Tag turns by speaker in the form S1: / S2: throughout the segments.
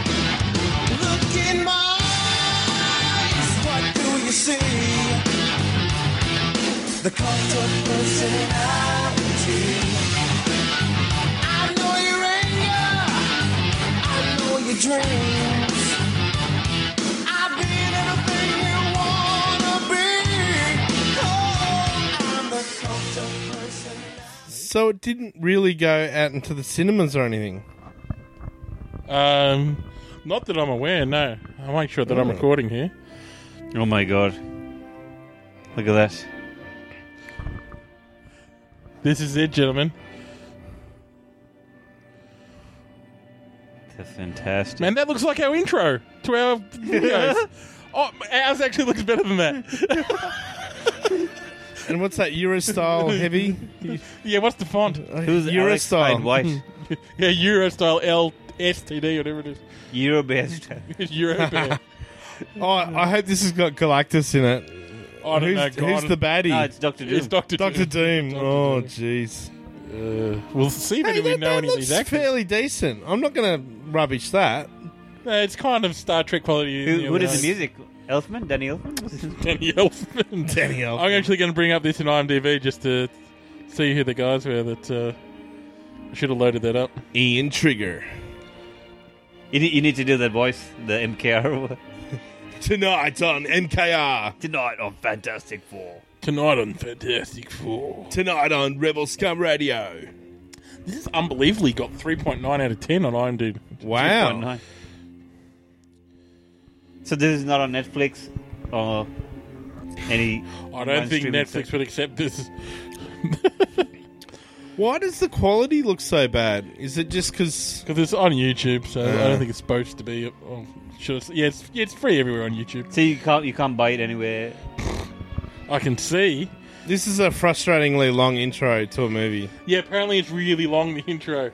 S1: Look in my eyes, what do you see? The cult of personality. I know your anger, I know your dreams. I've been everything you wanna be. Oh, I'm the cult of personality.
S2: So it didn't really go out into the cinemas or anything.
S3: Um, not that I'm aware. No, I'll make sure that I'm recording here.
S4: Oh my god. Look at that.
S3: This is it, gentlemen.
S4: That's fantastic.
S3: Man, that looks like our intro to our videos. oh, ours actually looks better than that.
S2: And what's that Eurostyle heavy?
S3: yeah, what's the font?
S4: Who's Alex Hyde
S2: Eurostyle.
S4: White?
S3: Yeah, Euro style L S T D, whatever it is.
S4: Eurobest.
S3: It's Euro. bear.
S2: Oh, I hope this has got Galactus in it.
S3: I don't
S2: who's,
S3: know. God.
S2: who's the baddie?
S4: no, Ah, it's Doctor Doom.
S3: It's Doctor
S2: Doctor Doom.
S3: Doctor
S2: Oh,
S3: Doom.
S2: jeez.
S3: We'll see if
S2: Hey,
S3: we
S2: that,
S3: know
S2: that
S3: any of
S2: looks
S3: these actors.
S2: fairly decent. I'm not going to rubbish that.
S3: No, it's kind of Star Trek quality. in
S4: Who, what is
S3: other
S4: the music? Elfman? Danny Elfman? What's his-
S3: ones. Danny Elfman.
S2: Danny
S3: I'm actually going to bring up this in IMDb just to see who the guys were that uh, should have loaded that up.
S2: Ian Trigger.
S4: you, need, you need to do that voice, the MKR. one.
S2: Tonight on NKR.
S4: Tonight on Fantastic Four.
S3: Tonight on Fantastic Four.
S2: Tonight on Rebel Scum Radio.
S3: This is unbelievably got 3.9 out of 10 on IMDb.
S4: Point
S2: Wow.
S4: nine. So this is not on Netflix or any.
S3: I don't think
S4: streaming
S3: Netflix
S4: service.
S3: would accept this.
S2: Why does the quality look so bad? Is it just because.
S3: Because it's on YouTube, so I
S2: Yeah.
S3: don't think it's supposed to be. Oh, should I say- yeah, it's, yeah, it's free everywhere on YouTube.
S4: So you can't you can't buy it anywhere.
S3: I can see.
S2: This is a frustratingly long intro to a movie.
S3: Yeah, apparently it's really long, the intro.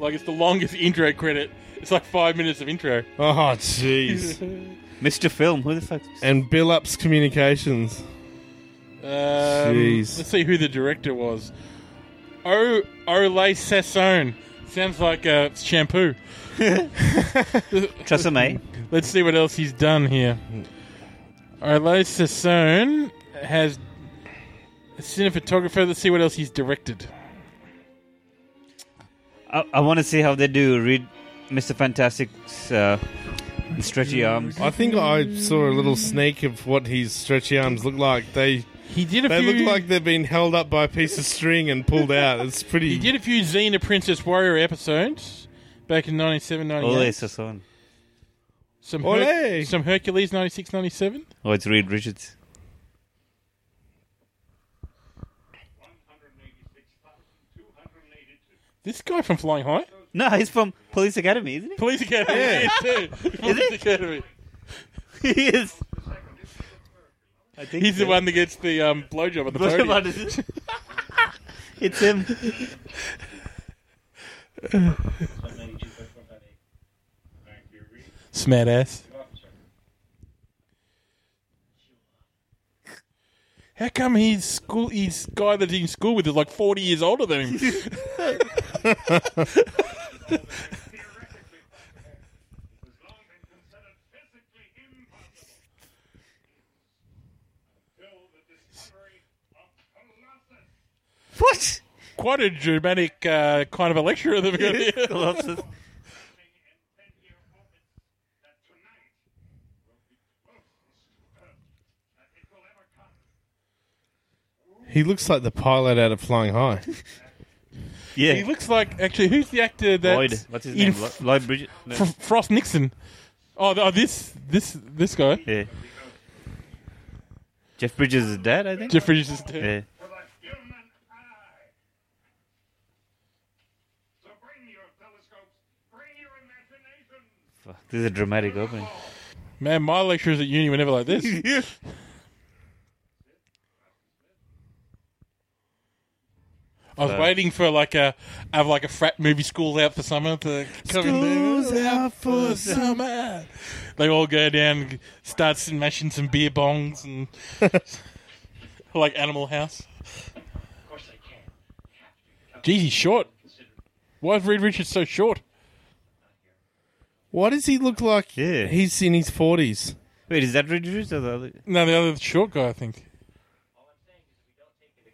S3: Like, it's the longest intro credit. It's like five minutes of intro. Um,
S2: Oh, jeez.
S4: Mr. Film, who the fuck?
S3: Eh.
S2: and Billups Communications.
S3: Um,
S2: Jeez.
S3: Let's see who the director was. O Ole Sassone. Sounds like uh, shampoo.
S4: Tresemme.
S3: Let's see what else he's done here. Ole Sassone has a cinematographer. Let's see what else he's directed.
S4: I, I want to see how they do. Read Mr. Fantastic's uh, stretchy arms.
S2: I think I saw a little sneak of what his stretchy arms look like. They
S3: He did a
S2: they
S3: few.
S2: look like they've been held up by a piece of string and pulled out. It's pretty.
S3: he did a few Xena Princess Warrior episodes back in 97, 98.
S4: Ole Sasson.
S3: Some,
S2: Ole.
S3: some Hercules 96, 97.
S4: Oh, it's Reed Richards.
S3: This guy from Flying High.
S4: No, he's from Police Academy, isn't
S3: Police Academy.
S2: Yeah.
S3: yeah, too. Police Academy.
S4: he? he is. I think
S3: He's the
S4: so.
S3: one that gets the um, blowjob at the
S4: What
S3: podium.
S4: about it? it's him.
S3: Smat ass. How come his school, his guy that he's in school with is like forty years older than him?
S4: What?
S3: Quite a dramatic uh, kind of a lecturer that we got here.
S4: Colossus.
S2: He looks like the pilot out of Flying High.
S4: Yeah.
S3: He looks like actually, who's the actor that
S4: Lloyd. What's his name? Lo- Lloyd Bridget. No.
S3: Frost Nixon. Oh, th- oh, this this this guy.
S4: yeah. Jeff Bridges is dead, I think.
S3: Jeffrey is just
S4: yeah. Fuck, this is a dramatic opening.
S3: man. My lecturers at uni were never like this. I was
S4: So-
S3: waiting for like a have like a frat movie school's out for summer to come in.
S2: School's out for
S3: summer. They all go down, and start smashing some beer bongs and like Animal House. Geez, he's short. Why is Reed Richards so short?
S2: Why does he look like
S4: Yeah.
S2: he's in his forties?
S4: Wait, is that Reed Richards or the other?
S3: No, the other short guy, I think.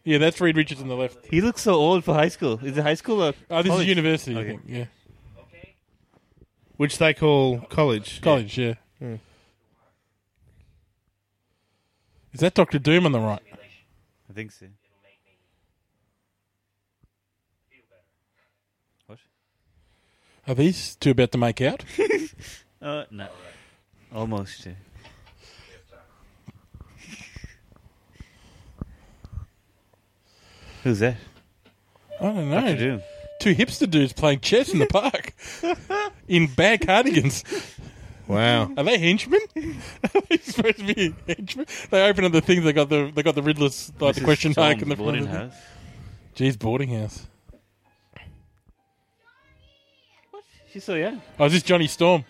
S3: Yeah, that's Reed Richards on the left.
S4: He looks so old for high school. Is it high school or?
S3: Oh, this
S4: college?
S3: is university, I
S4: Okay.
S3: think. Yeah,
S2: Which they call college.
S3: college. Yeah. Is that Doctor Doom on the right?
S4: I think so. What?
S3: Are these two about to make out?
S4: Uh, no. Almost. yeah. Who's that?
S3: I don't
S4: What
S3: know.
S4: you doing?
S3: Two hipster dudes playing chess in the park in bad cardigans.
S2: Wow.
S3: Are they henchmen? Are they supposed to be henchmen? They open up the thing. They got the they got the Riddler's like, the
S4: Mrs.
S3: question mark
S4: Storm's
S3: and the front
S4: boarding
S3: of it.
S4: house.
S3: Geez, boarding house.
S4: She's so young.
S3: Oh, is this Johnny Storm?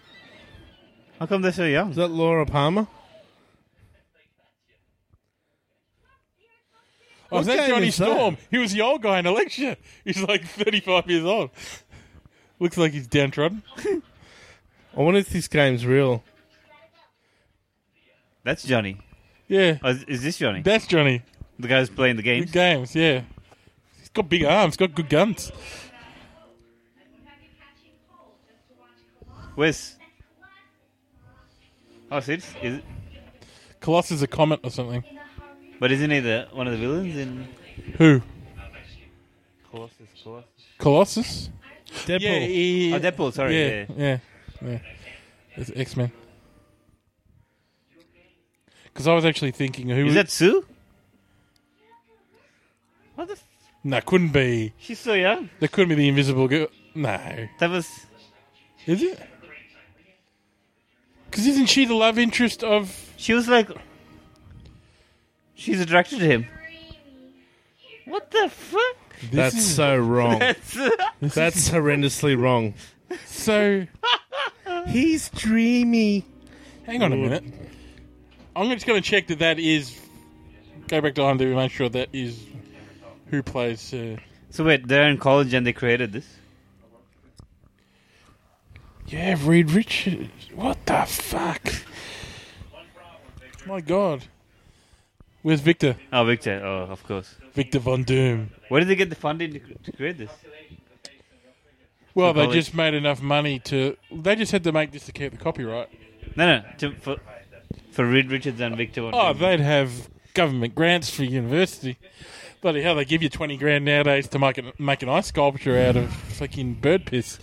S4: How come they're so young?
S2: Is that Laura Palmer?
S3: Oh,
S2: What
S3: is that
S2: game
S3: Johnny
S2: is that?
S3: Storm? He was the old guy in Election. He's like 35 years old. Looks like he's downtrodden.
S2: I wonder if this game's real.
S4: That's Johnny.
S3: Yeah,
S4: Oh, is, is this Johnny?
S3: that's Johnny.
S4: the guy who's playing the
S3: Good
S4: games.
S3: games, yeah. He's got big arms, got good guns.
S4: Where's? Oh, is it? Is it?
S3: Colossus a comet or something.
S4: But isn't he the one of the villains in
S3: Who?
S4: Colossus? Colossus.
S3: Colossus?
S2: Deadpool.
S3: Yeah, he-
S4: Oh, Deadpool. Sorry.
S3: yeah,
S4: Yeah.
S3: yeah, yeah. It's X Men. Because I was actually thinking, who
S4: Is that Sue? What the? F-
S3: No, couldn't be.
S4: She's so young.
S3: That couldn't be the Invisible Girl. No,
S4: That was.
S3: is it? Because isn't she the love interest of?
S4: She was like. She's attracted to him. What the fuck?
S3: This
S2: That's
S3: is-
S2: so wrong.
S4: That's
S2: That's horrendously wrong.
S3: so.
S2: He's dreamy.
S3: Hang on a minute. I'm just going to check that that is. Go back to IMDb, make sure that is who plays. Uh,
S4: so wait, they're in college and they created this.
S3: yeah, Reed Richards. What the fuck? My God. Where's Victor?
S4: Oh, Victor. Oh, of course.
S3: Victor Von Doom.
S4: Where did they get the funding to, to create this?
S3: Well, they
S4: College.
S3: just made enough money to. They just had to make this to keep the copyright.
S4: No, no. To, for for Reed Richards and Victor. Von
S3: Oh,
S4: Doom.
S3: they'd have government grants for university. Bloody hell, they give you 20 grand nowadays to make an, make an ice sculpture out of fucking bird piss.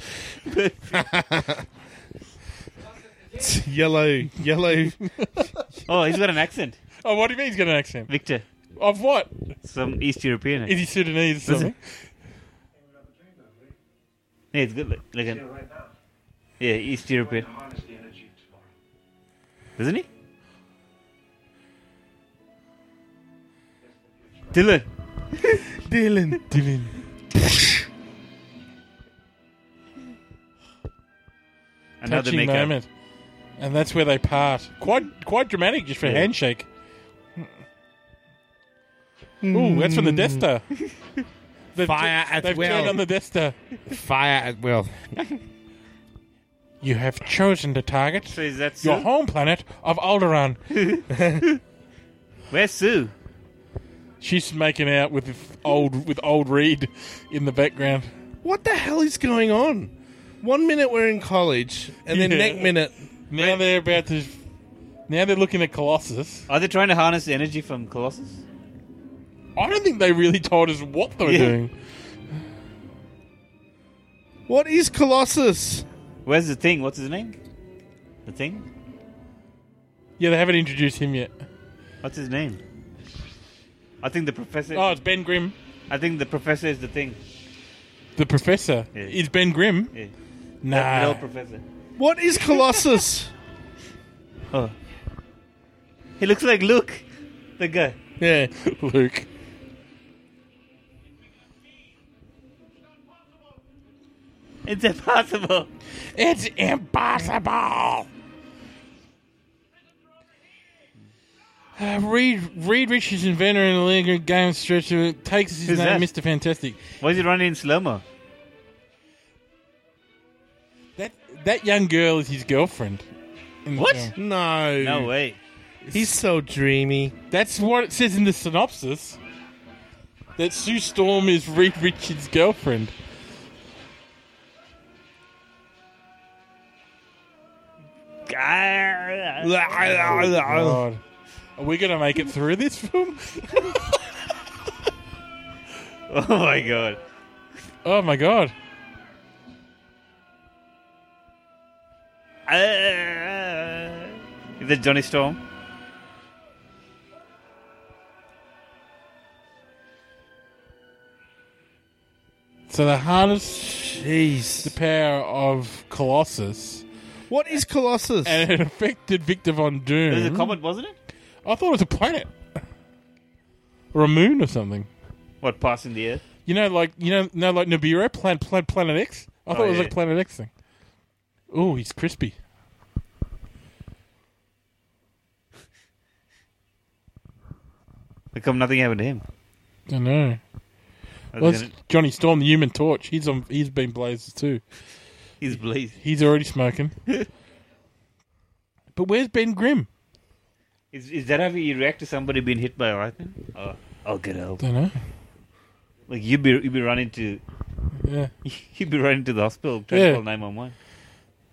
S2: It's yellow, yellow.
S4: oh, he's got an accent.
S3: Oh, what do you mean he's got an accent?
S4: Victor.
S3: Of what?
S4: Some East European.
S3: Is he Sudanese or something?
S4: Yeah, it's good. Like, like an, yeah, East European. Isn't he? Dylan.
S2: Dylan.
S3: Dylan.
S4: Another
S3: Touching
S4: make out.
S3: moment. And that's where they part. Quite quite dramatic just for a
S4: Yeah.
S3: handshake. Ooh, that's from the Death Star. They've
S2: Fire at
S3: they've
S2: will.
S3: turned on the Death Star.
S2: Fire at will.
S3: You have chosen the target.
S4: So is that Sue?
S3: Your home planet of Alderaan.
S4: Where's Sue?
S3: She's making out with old with old Reed in the background.
S2: What the hell is going on? One minute we're in college, and then
S3: Yeah.
S2: next minute,
S3: Now they're about to. Now they're looking at Colossus.
S4: Are they trying to harness the energy from Colossus?
S3: I don't think they really told us what they were
S4: Yeah.
S3: doing.
S2: what is Colossus?
S4: Where's the thing? What's his name? The thing?
S3: Yeah, they haven't introduced him yet.
S4: What's his name? I think the professor.
S3: Oh, it's Ben Grimm.
S4: I think the professor is the thing.
S3: The professor
S4: Yeah.
S3: is Ben Grimm.
S4: Yeah. The
S3: Nah,
S4: real professor.
S2: What is Colossus?
S4: Oh. He looks like Luke, the guy.
S3: yeah, Luke.
S4: It's impossible.
S3: It's impossible. Uh, Reed, Reed Richards, inventor and leader game stretcher, takes his
S4: Who's
S3: name,
S4: that?
S3: Mr. Fantastic.
S4: Why is it running in slow mo?
S3: That that young girl is his girlfriend. in the
S4: What?
S3: film.
S2: No.
S4: No way.
S2: He's so dreamy.
S3: That's what it says in the synopsis. That Sue Storm is Reed Richards' girlfriend.
S4: Ah,
S3: God. Are we going to make it through this film?
S4: Oh my god.
S3: Oh my god.
S4: Ah. Is it Johnny Storm?
S3: So the harness the
S2: Jeez.
S3: power of Colossus
S2: What is Colossus?
S3: and it affected Victor Von Doom.
S4: It was a comet, wasn't it?
S3: I thought it was a planet. Or a moon or something.
S4: What passing the earth?
S3: You know, like you know, no, like Nibiru, Plan, Plan, Planet X. I thought
S4: Oh,
S3: it was
S4: yeah.
S3: like Planet X thing. Oh, he's crispy.
S4: How come nothing happened to him?
S3: I know.
S4: I
S3: Well,
S4: was
S3: it's
S4: gonna-
S3: Johnny Storm, the Human Torch. He's on. He's been blazed too.
S4: He's blazed.
S3: He's already smoking. but where's Ben Grimm?
S4: Is, is that how you react to somebody being hit by a lightning? Oh, I'll get help.
S3: Don't know.
S4: Like you'd be you'd be running to
S3: Yeah.
S4: you'd be running to the hospital trying
S3: Yeah.
S4: to call nine one one.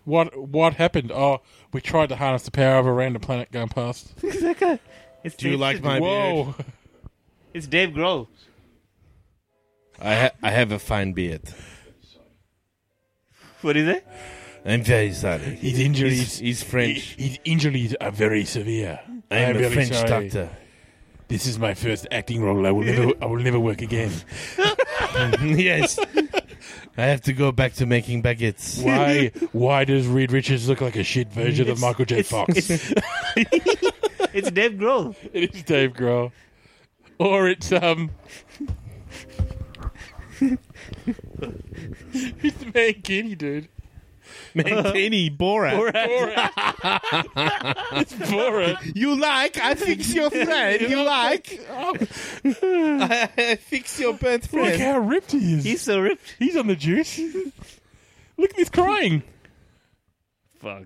S3: What What happened? Oh, we tried to harness the power of a random planet going past.
S4: It's
S2: Do you
S4: Dave-
S2: like my beard?
S3: Whoa.
S4: It's Dave Grohl.
S2: I, ha- I have a fine beard.
S4: What is it?
S2: I'm very sorry.
S3: His
S2: He's,
S3: injuries.
S2: he's French.
S3: His injuries are very severe.
S2: I'm a
S3: very
S2: French
S3: sorry.
S2: doctor.
S3: This is my first acting role. I will never, I will never work again.
S2: yes. I have to go back to making baguettes.
S3: Why, why does Reed Richards look like a shit version of Michael J.
S4: It's-
S3: Fox? It's,
S4: It's, it's Dave Grohl.
S3: Dave Grohl, or it's um, it's Mankini, dude.
S2: Mankini, Borat.
S3: Borat. it's Borat.
S2: You like? I fix your friend. You like? I, I fix your best
S3: Oh, Look
S2: friend.
S3: how ripped he is.
S4: He's
S3: He's,
S4: so ripped.
S3: on the juice. look, he's crying.
S4: Fuck.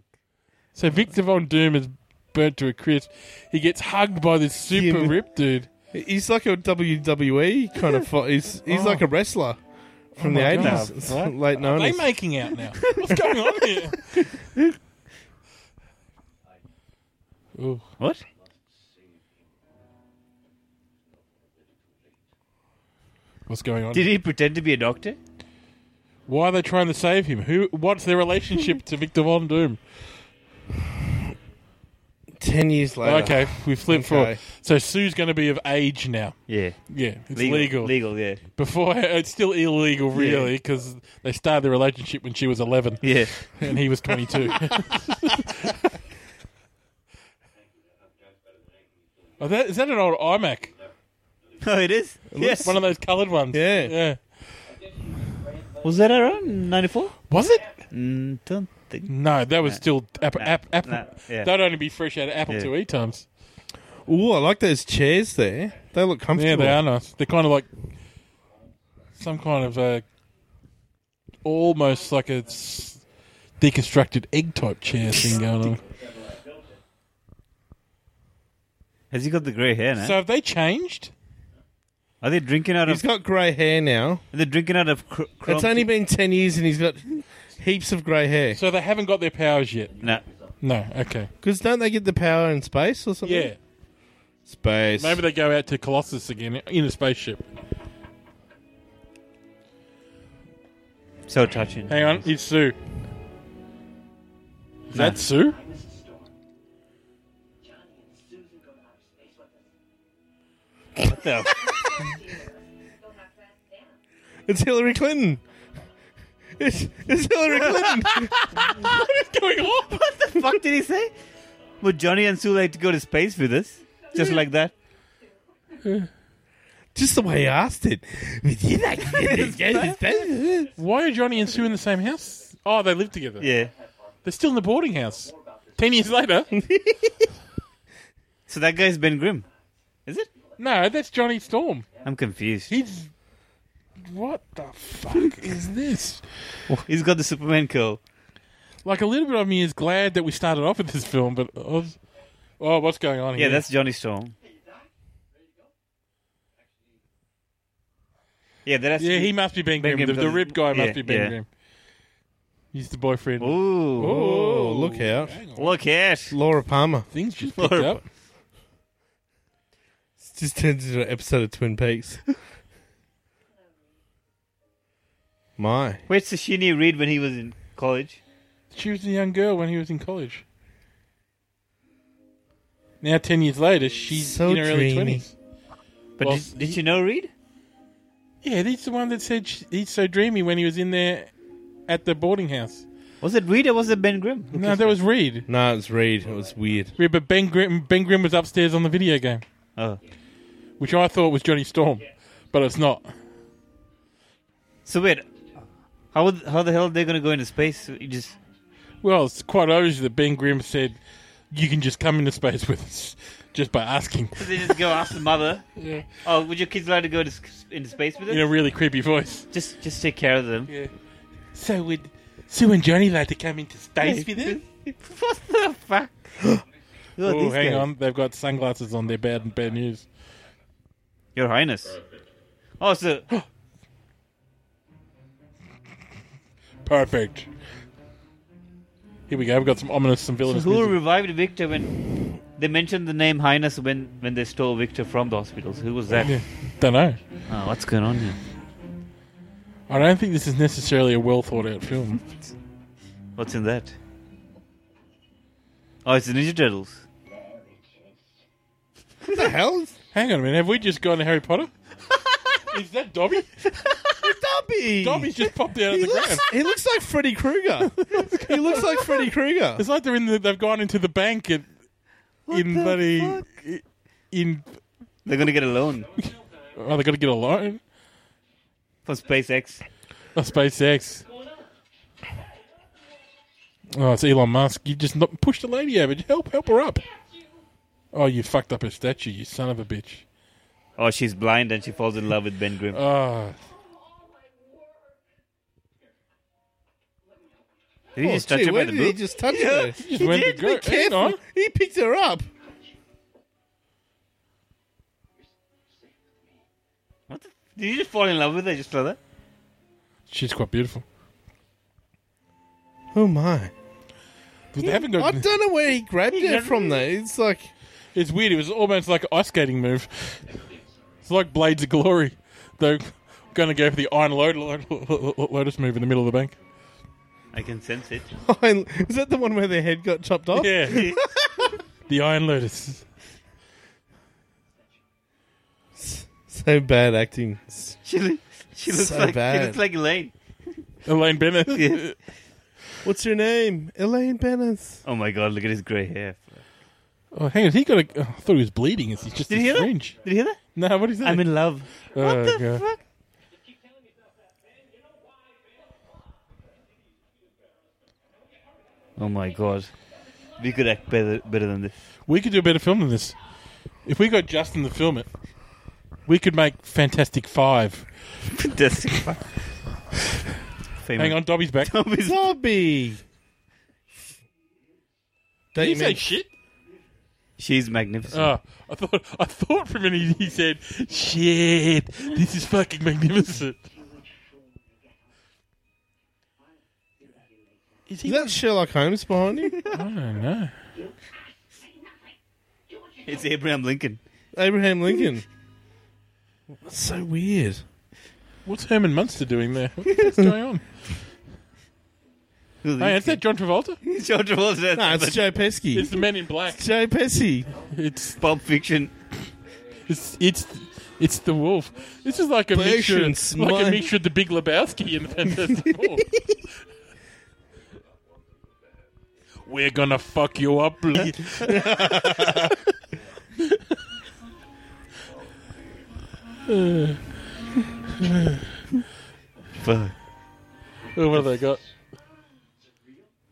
S3: So Victor Von Doom is burnt to a crisp. He gets hugged by this super
S2: Human.
S3: ripped dude.
S2: He's like a WWE kind of. Fo- he's he's
S3: Oh.
S2: like a wrestler from the
S3: Oh my
S2: eighties,
S3: God. What?
S2: late
S3: Are they
S2: nineties.
S3: making out now? What's going on here? Ooh.
S4: What?
S3: What's going on?
S4: Did he pretend to be a doctor?
S3: Why are they trying to save him? Who? What's their relationship to Victor Von Doom?
S2: Ten years later.
S3: Oh, Okay, we flipped
S2: Okay.
S3: forward. So Sue's going to be of age now.
S4: Yeah.
S3: Yeah, it's legal.
S4: Legal, yeah.
S3: Before it's still illegal, really, because they started the relationship when she was eleven
S4: Yeah.
S3: and he was twenty-two. oh, that, is that an old iMac?
S4: Oh, it is? yes.
S3: One of those coloured ones.
S2: Yeah.
S3: Yeah.
S4: Was that around 94?
S3: Was it?
S4: Mm, don't think.
S3: No, that was still app,
S4: Nah.
S3: app, Apple.
S4: Nah. Yeah.
S3: That'd only be fresh out of Apple
S4: Yeah.
S3: two e times.
S2: Ooh, I like those chairs there. They look
S3: Yeah,
S2: comfortable.
S3: they are nice. They're kind of like some kind of uh, almost like a s- deconstructed egg type chair thing going on.
S4: Has he got the grey hair now?
S3: So have they changed?
S4: Are they drinking out
S2: He's
S4: of?
S2: got grey hair now.
S4: Are they drinking out of? Cr- chrome
S2: It's only been ten years, and he's got heaps of grey hair.
S3: So they haven't got their powers yet.
S4: No.
S3: No. Okay.
S2: Because don't they get the power in space or something?
S3: Yeah.
S2: space.
S3: Maybe they go out to Colossus again in a spaceship.
S4: So touching.
S3: Hang on, it's Sue. Is that Sue?
S4: What the?
S2: it's Hillary Clinton. It's, it's Hillary Clinton.
S3: What's going on?
S4: what the fuck did he say? Would Johnny and Sue like to go to space with us? Just like that.
S2: Just the way I asked it. Would you like to get this game?
S3: Why are Johnny and Sue in the same house? Oh, they live together.
S4: Yeah.
S3: They're still in the boarding house. Ten years later.
S4: So that guy's Ben Grimm, is it?
S3: no, that's Johnny Storm.
S4: I'm confused.
S3: He's. What the fuck is this?
S4: He's got the Superman curl.
S3: Like, a little bit of me is glad that we started off with this film, but. I was- oh, what's going on
S4: Yeah,
S3: here?
S4: that's Johnny Storm. Yeah, that's
S3: Yeah, he must be Ben,
S4: Ben
S3: Grimm. The,
S4: Grimm
S3: the
S4: does-
S3: rib guy must
S4: yeah,
S3: be Ben
S4: yeah.
S3: Grimm. He's the boyfriend.
S4: Ooh,
S2: Oh, look out.
S4: look at
S2: Laura Palmer.
S3: Things just picked
S4: Laura-
S3: up.
S2: It's just turned into an episode of Twin Peaks. My.
S4: Where's Sashini Reed when he was in college?
S3: She was a young girl when he was in college. Now, ten years later, she's
S2: So
S3: in her early
S2: dreamy.
S3: twenties.
S4: But
S3: Well,
S4: did, did you know Reed?
S3: Yeah, he's the one that said sh he's so dreamy when he was in there at the boarding house.
S4: Was it Reed or was it Ben Grimm?
S3: no, that was Reed.
S2: No, it's Reed. It was weird.
S3: Yeah, but Ben Grimm, ben Grimm was upstairs on the video game,
S4: Oh.
S3: which I thought was Johnny Storm, but it's not.
S4: So wait, how would- how the hell are they gonna go into space? You just
S3: Well, it's quite obvious that Ben Grimm said, "You can just come into space with us just by asking."
S4: they just go ask the mother.
S3: Yeah.
S4: Oh, would your kids allowed to go to s- into space with us?
S3: In a really creepy voice.
S4: just just take care of them.
S3: Yeah. So would Sue and Johnny like to come into space with us?
S4: what the fuck? Who are
S3: Oh,
S4: these
S3: hang
S4: guys?
S3: on. They've got sunglasses on. They're bad, bad news.
S4: Your Highness. Oh, so
S3: Perfect. Here we go. We've got some ominous, some
S4: so
S3: villainous.
S4: who
S3: music.
S4: revived Victor when they mentioned the name Highness when when they stole Victor from the hospitals? Who was that?
S3: Yeah. Don't know.
S4: Oh, what's going on here?
S3: I don't think this is necessarily a well thought out film.
S4: What's in that? Oh, it's the Ninja Turtles.
S2: What the hell is
S3: Hang on a minute. Have we just gone to Harry Potter? is that Dobby?
S2: Dobby?
S3: Dobby's just popped out of
S2: He
S3: the
S2: looks,
S3: ground.
S2: he looks like Freddy Krueger. he looks like Freddy Krueger.
S3: It's like they're in the, they've gone into the bank at, in
S4: the
S3: bloody
S4: fuck?
S3: i- in.
S4: They're gonna get a loan
S3: Oh, they got to get a loan.
S4: from SpaceX.
S3: Oh, SpaceX. Oh, it's Elon Musk. You just not pushed the lady over. Just Help, help her up. Oh, you fucked up her statue, you son of a bitch.
S4: Oh, she's blind and she falls in love with Ben Grimm.
S2: Ah.
S3: Oh,
S4: Did he
S2: Oh,
S4: just touch
S2: gee,
S4: her by
S2: where
S4: the
S2: did he
S4: boob?
S2: just touch her?
S3: He just went to go.
S2: Be
S3: Hang on.
S2: careful. He picked her up.
S4: What the? Did he just fall in love with her just like that?
S3: She's quite beautiful.
S2: Oh my.
S3: They haven't
S2: I
S3: got,
S2: don't know where he grabbed her from though. It's like
S3: it's weird. It was almost like an ice skating move. It's like Blades of Glory. They're going to go for the Iron Lotus, Lotus move in the middle of the bank.
S4: I can sense it.
S2: is that the one where their head got chopped off?
S3: Yeah. the Iron Lotus.
S2: So bad acting.
S4: She, loo- she looks
S2: So
S4: like she
S2: bad.
S4: looks like Elaine.
S3: Elaine Bennett.
S4: Yeah.
S2: What's your name? Elaine Bennett.
S4: Oh my god! Look at his grey hair.
S3: Oh, hang on. He got a. oh, I thought he was bleeding. It's it's just
S4: Did you
S3: a
S4: hear that?
S3: syringe.
S4: Did you hear that?
S3: No, what is that?
S4: I'm in love.
S3: Oh,
S4: what the
S3: God.
S4: fuck? Oh my god. We could act better better than this.
S3: We could do a better film than this. If we got Justin to film it, we could make Fantastic Five.
S4: Fantastic. Famous.
S3: Hang on, Dobby's back.
S4: Tommy's-
S2: Dobby. Don't
S3: Did
S2: you
S3: he say
S2: mean
S3: shit?
S4: She's magnificent.
S3: Oh, I thought I thought for a minute he said, "Shit, this is fucking magnificent." Is he?
S2: is that Sherlock Holmes behind you?
S3: I don't know.
S4: It's Abraham Lincoln.
S2: Abraham Lincoln. That's so weird.
S3: What's Herman Munster doing there? What's going on?
S4: Who's
S3: Hey, is that John Travolta?
S4: John Travolta.
S2: No, it's
S4: But-
S2: Joe Pesky.
S3: It's the Man in Black.
S2: Joe Pesci.
S3: It's
S4: Pulp Fiction.
S3: It's it's it's the wolf. This is like a
S2: Patience,
S3: mixture, like a
S2: mine.
S3: mixture of the Big Lebowski and the Fantastic Four. We're gonna fuck you up. Lee.
S4: Fuck.
S3: Oh, what have they got?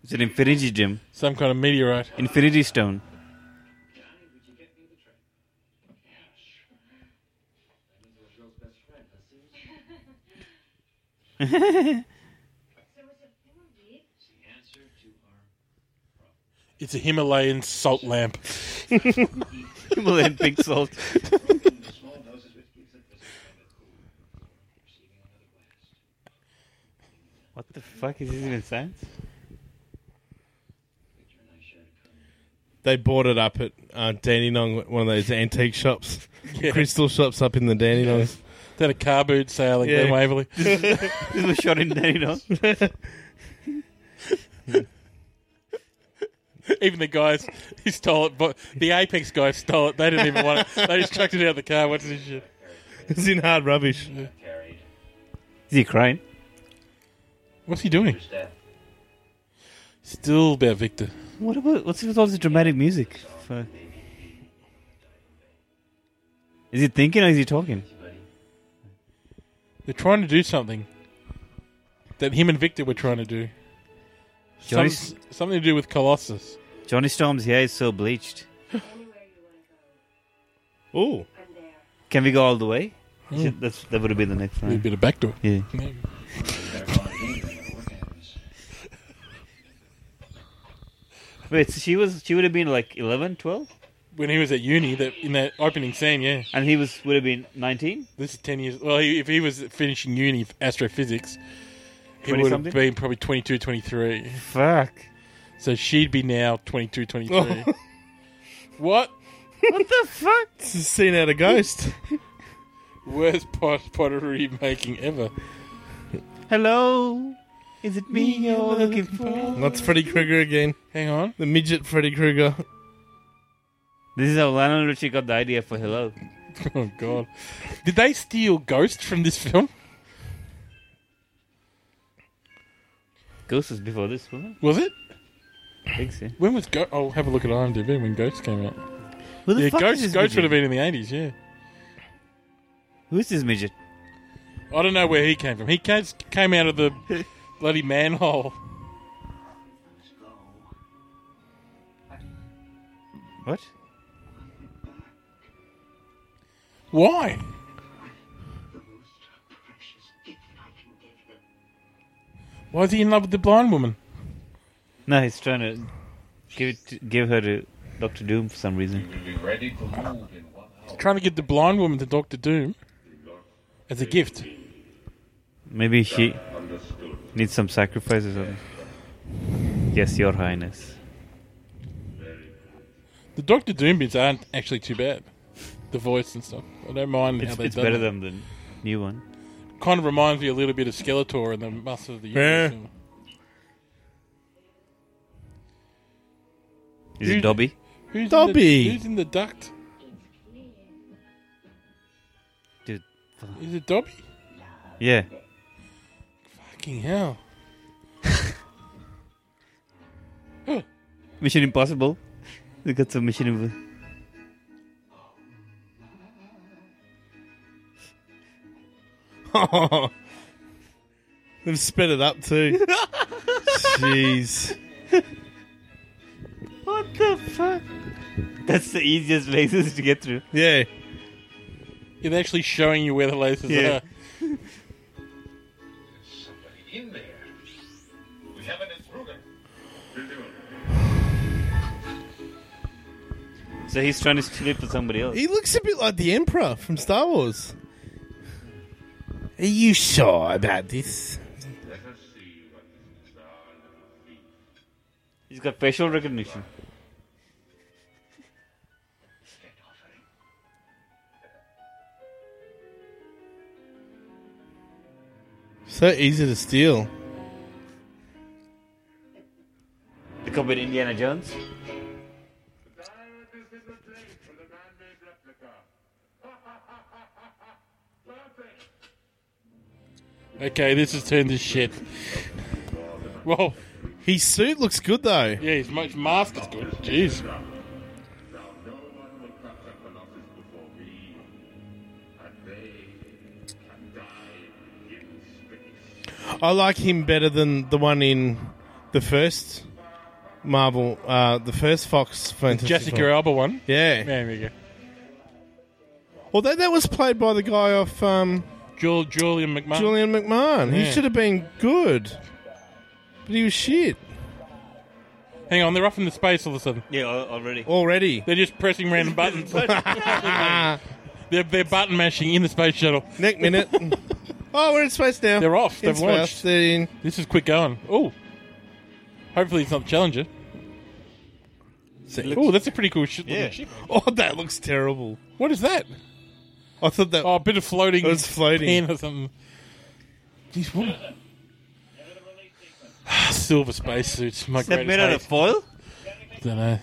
S4: It's an infinity gem.
S3: Some kind of meteorite.
S4: Infinity stone.
S3: It's a Himalayan salt lamp.
S4: Himalayan pink salt. what the fuck is this even science?
S2: They bought it up at uh, Dandenong, one of those antique shops, crystal shops up in the Dandenong.
S3: They had a car boot sale in
S2: Yeah.
S3: Glen Waverley.
S4: This was shot in Dandenong.
S3: Even the guys who stole it, but the Apex guys stole it. They didn't even want it. They just chucked it out the car. What's this shit?
S2: It's in hard rubbish.
S4: Is he crying?
S3: What's he doing? Still about Victor.
S4: What about what's with all this dramatic music? Fuck. Is he thinking or is he talking?
S3: They're trying to do something that him and Victor were trying to do. Some,
S4: Joyce?
S3: something to do with Colossus.
S4: Johnny Storm's hair is so bleached.
S2: Ooh,
S4: Can we go all the way? Should- That's, that would have been the next
S3: Maybe a
S4: one.
S3: bit of backdoor.
S4: Hmm. Yeah.
S3: Maybe.
S4: Wait, so she was she would have been like 11, 12?
S3: When he was at uni, that in that opening scene, yeah,
S4: and he was would have been 19?
S3: this is ten years. Well, he, if he was finishing uni for astrophysics, he
S4: 20
S3: would have
S4: something?
S3: been probably 22, 23.
S4: Fuck.
S3: So she'd be now 22, 23.
S4: Oh.
S3: what?
S4: What the fuck?
S2: it's a scene out of Ghost.
S3: Worst pot- pottery making ever.
S4: Hello? Is it me you're looking for?
S2: That's Freddy Krueger again.
S3: Hang on.
S2: The midget Freddy Krueger.
S4: This is how Lionel Richie got the idea for Hello.
S3: Oh God! Did they steal Ghost from this film?
S4: Ghost was before this, wasn't
S3: Was it?
S4: it? I think so.
S3: When was Ghost? I'll have a look at IMDb when Ghost came out.
S4: Who the
S3: yeah,
S4: fuck
S3: Ghost,
S4: is this
S3: Ghost would
S4: midget?
S3: have been in the 80s, yeah.
S4: Who's this midget?
S3: I don't know where he came from. He came, came out of the bloody manhole.
S4: What?
S3: Why? Why is he in love with the blind woman?
S4: No, he's trying to give it to, give her to Doctor Doom for some reason.
S3: He's trying to get the blind woman to Doctor Doom as a gift.
S4: Maybe she needs some sacrifice or something. Yes, Your Highness.
S3: The Doctor Doom bits aren't actually too bad. The voice and stuff. I don't mind
S4: It's,
S3: how they
S4: it's
S3: done
S4: better
S3: it.
S4: than the new one.
S3: Kind of reminds me a little bit of Skeletor and the Master of the
S2: Yeah.
S3: Universe.
S4: Is
S3: Dude.
S4: it Dobby?
S3: Who's In
S2: Dobby.
S3: the, who's in the duct?
S4: Dude.
S3: Is it Dobby?
S4: Yeah.
S3: Fucking hell.
S4: Mission Impossible. We got some Mission Impossible.
S2: They've sped it up too. Jeez.
S4: What the fuck? That's the easiest places to get through.
S2: Yeah.
S3: It's actually showing you where the lasers
S4: Yeah.
S3: are.
S5: in there. We have an intruder.
S4: So he's trying to steal it for somebody else.
S2: He looks a bit like the Emperor from Star Wars. Are you sure about this?
S5: Let us see what is our little thief.
S4: He's got facial recognition.
S2: So easy to steal.
S4: The cop in Indiana Jones.
S5: The diamond is in the plate for the man-made replica. Perfect.
S3: Okay, this has turned to shit. Well,
S2: His suit looks good though.
S3: yeah, his much mask is good. Jeez.
S5: Now no one will capture Colossus before we. And
S2: I like him better than the one in the first Marvel, uh, the first Fox Fantastic
S3: Jessica
S2: Four.
S3: Alba one.
S2: Yeah.
S3: Yeah, there you go.
S2: Although that was played by the guy off um,
S3: Jul- Julian McMahon.
S2: Julian McMahon. He
S3: Yeah.
S2: should have been good. But he was shit
S3: Hang on, they're off in the space all of a sudden.
S4: Yeah, already.
S2: already.
S3: They're just pressing random buttons. they're, they're button mashing in the space shuttle.
S2: Next minute. oh, we're in space now.
S3: They're off.
S2: In
S3: They've
S2: space.
S3: launched.
S2: They're in.
S3: This is quick going. Oh, hopefully it's not the Challenger. Oh, that's a pretty cool shit.
S2: Yeah.
S3: Yeah. Ship.
S2: Oh, that looks terrible.
S3: What is that?
S2: I thought that.
S3: Oh, a bit of floating.
S2: It was floating.
S3: pen or something. Jeez, what? Silver spacesuits. My
S4: That
S3: greatest
S4: made out
S3: hate.
S4: of foil?
S3: Don't know.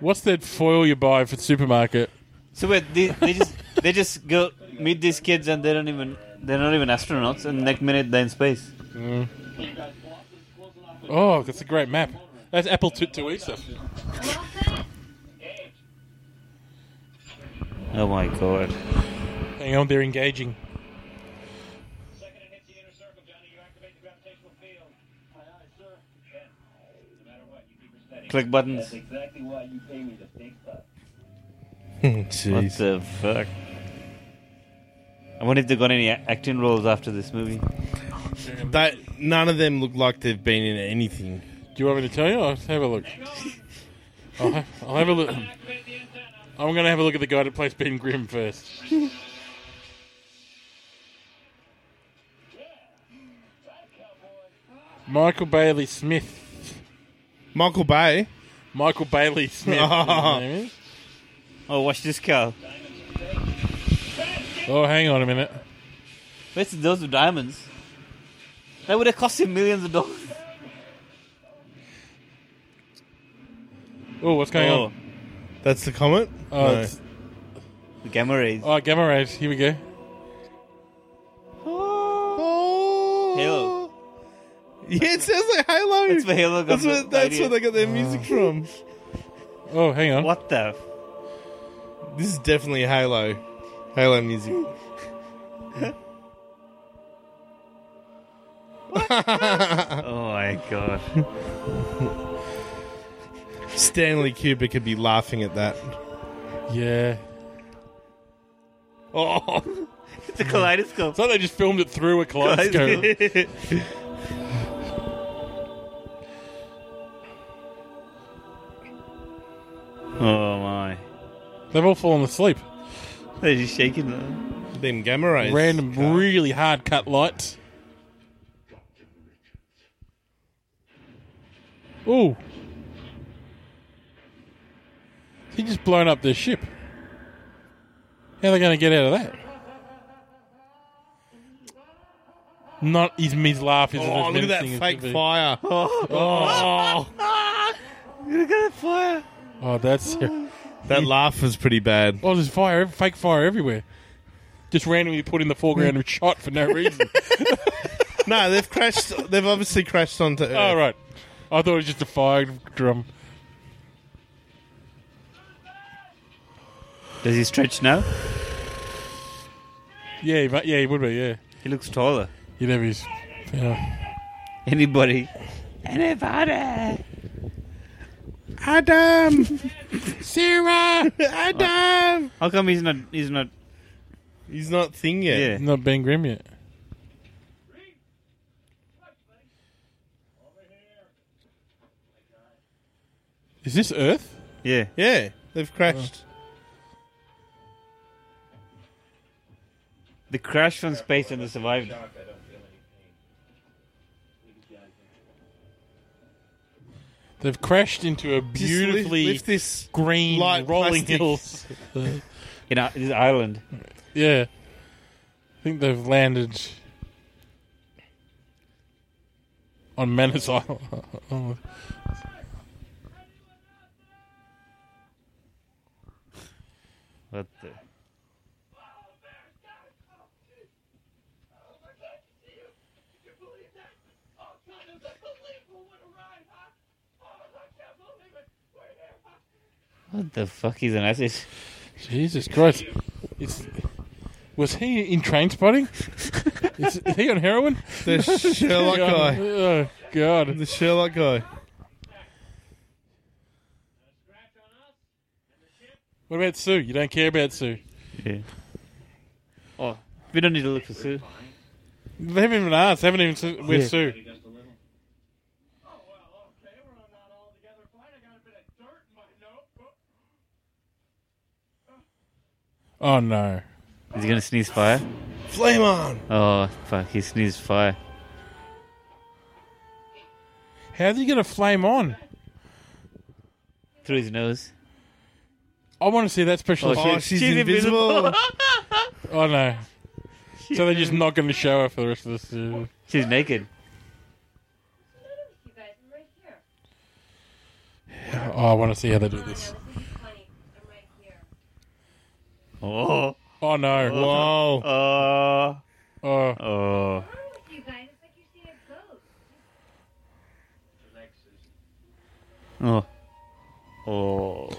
S3: What's that foil you buy for the supermarket?
S4: So wait, they, they just they just go meet these kids and they don't even they're not even astronauts and next minute they're in space.
S3: Oh, that's a great map. That's Apple Two Two stuff.
S4: Oh my god.
S3: Hang on, they're engaging.
S5: Second it hits the inner circle, Johnny. You activate the gravitational field. Aye, aye, sir. Yes. No matter what, you keep her steady.
S4: Click buttons.
S5: exactly why you pay me the big bucks.
S4: What
S2: Jeez.
S4: the fuck? I wonder if they got any a- acting roles after this movie.
S2: They- none of them look like they've been in anything.
S3: Do you want me to tell you? I'll have a look. I'll have, I'll have a look. I'm going to have a look at the guy that plays Ben Grimm first. Michael Bailey Smith.
S2: Michael Bay.
S3: Michael Bailey Smith. is his name is.
S4: Oh, watch this cow.
S3: Oh, hang on a minute.
S4: Where's those diamonds? That would have cost him millions of dollars.
S3: Oh, what's going
S4: oh,
S3: on?
S2: That's the comment.
S3: Oh,
S2: No.
S3: it's-
S4: the gamma rays.
S3: oh, gamma rays. Here we go.
S4: Oh. Halo.
S2: Yeah, it sounds like Halo.
S4: That's where Halo got
S2: That's where,
S4: the
S2: that's
S4: idea.
S2: where they got their music from.
S3: Oh, hang on.
S4: What the? F-
S2: This is definitely Halo. Halo music.
S4: oh my god.
S2: Stanley Kubrick could be laughing at that.
S3: Yeah.
S2: Oh,
S4: it's a kaleidoscope.
S3: So they just filmed it through a kaleidoscope.
S4: oh my.
S3: They've all fallen asleep.
S4: They're just shaking them.
S2: them gamma rays.
S3: Random, really hard cut lights. Ooh. He just blown up their ship. How are they going to get out of that? Not his, his laugh isn't
S2: Oh,
S3: as
S2: look at that
S3: menacing as
S2: fake
S3: the-
S2: fire.
S3: Oh,
S4: Look at that fire.
S3: oh, that's.
S2: That laugh was pretty bad.
S3: Oh, there's fire, ev- fake fire everywhere. Just randomly put in the foreground and shot for no reason.
S2: No, they've crashed. They've obviously crashed onto Earth.
S3: oh, right. I thought it was just a fire drum.
S4: Does he stretch now?
S3: Yeah, he, mu- yeah, he would be. Yeah,
S4: He looks taller.
S3: he'd have his. Yeah.
S4: Anybody? Anybody?
S2: Adam,
S3: Sarah,
S2: Adam.
S4: How come he's not? He's not.
S2: He's not thing yet.
S4: Yeah.
S3: not Ben Grimm yet. Is this Earth?
S4: Yeah.
S2: Yeah, they've crashed.
S4: The crash from space and they survived.
S3: They've crashed into a
S2: Just lift-
S3: beautifully
S2: lift this
S3: green
S2: light
S3: rolling
S2: plastic.
S3: hills.
S4: In a, this island.
S3: yeah, I think they've landed on Manus Island. Oh.
S4: What the? What the fuck is an acid?
S3: Jesus Christ! It's Was he in train spotting? is, is he on heroin?
S2: The Sherlock guy.
S3: Oh, God.
S2: The Sherlock guy.
S5: Scratch on us and the ship.
S3: What about Sue? You don't care about Sue.
S4: Yeah. Oh, we don't need to look for Sue.
S3: They haven't even asked. They haven't even said, where's
S4: Yeah.
S3: Sue?
S5: Just a little. Oh, well, okay. We're on that all together flight. I got a bit of dirt in my notebook.
S3: Oh, no.
S4: Is he gonna sneeze fire?
S2: Flame on.
S4: Oh fuck! He sneezed fire.
S3: How's he going to flame on?
S4: Through his nose.
S3: I want to see that special
S4: Oh,
S3: effect.
S2: Oh, she's, invisible.
S3: Oh no. So they're just not going to show her for the rest of the season.
S4: She's naked.
S6: You guys, I'm right here.
S3: Oh, I want to see how they do this.
S6: No, this is funny. I'm right here.
S4: Oh.
S3: Oh no.
S2: Whoa.
S4: Oh.
S3: Oh,
S4: Oh.
S6: What's wrong with you guys? It's like you're seeing a ghost.
S5: Relax, Susan.
S4: Oh. Oh.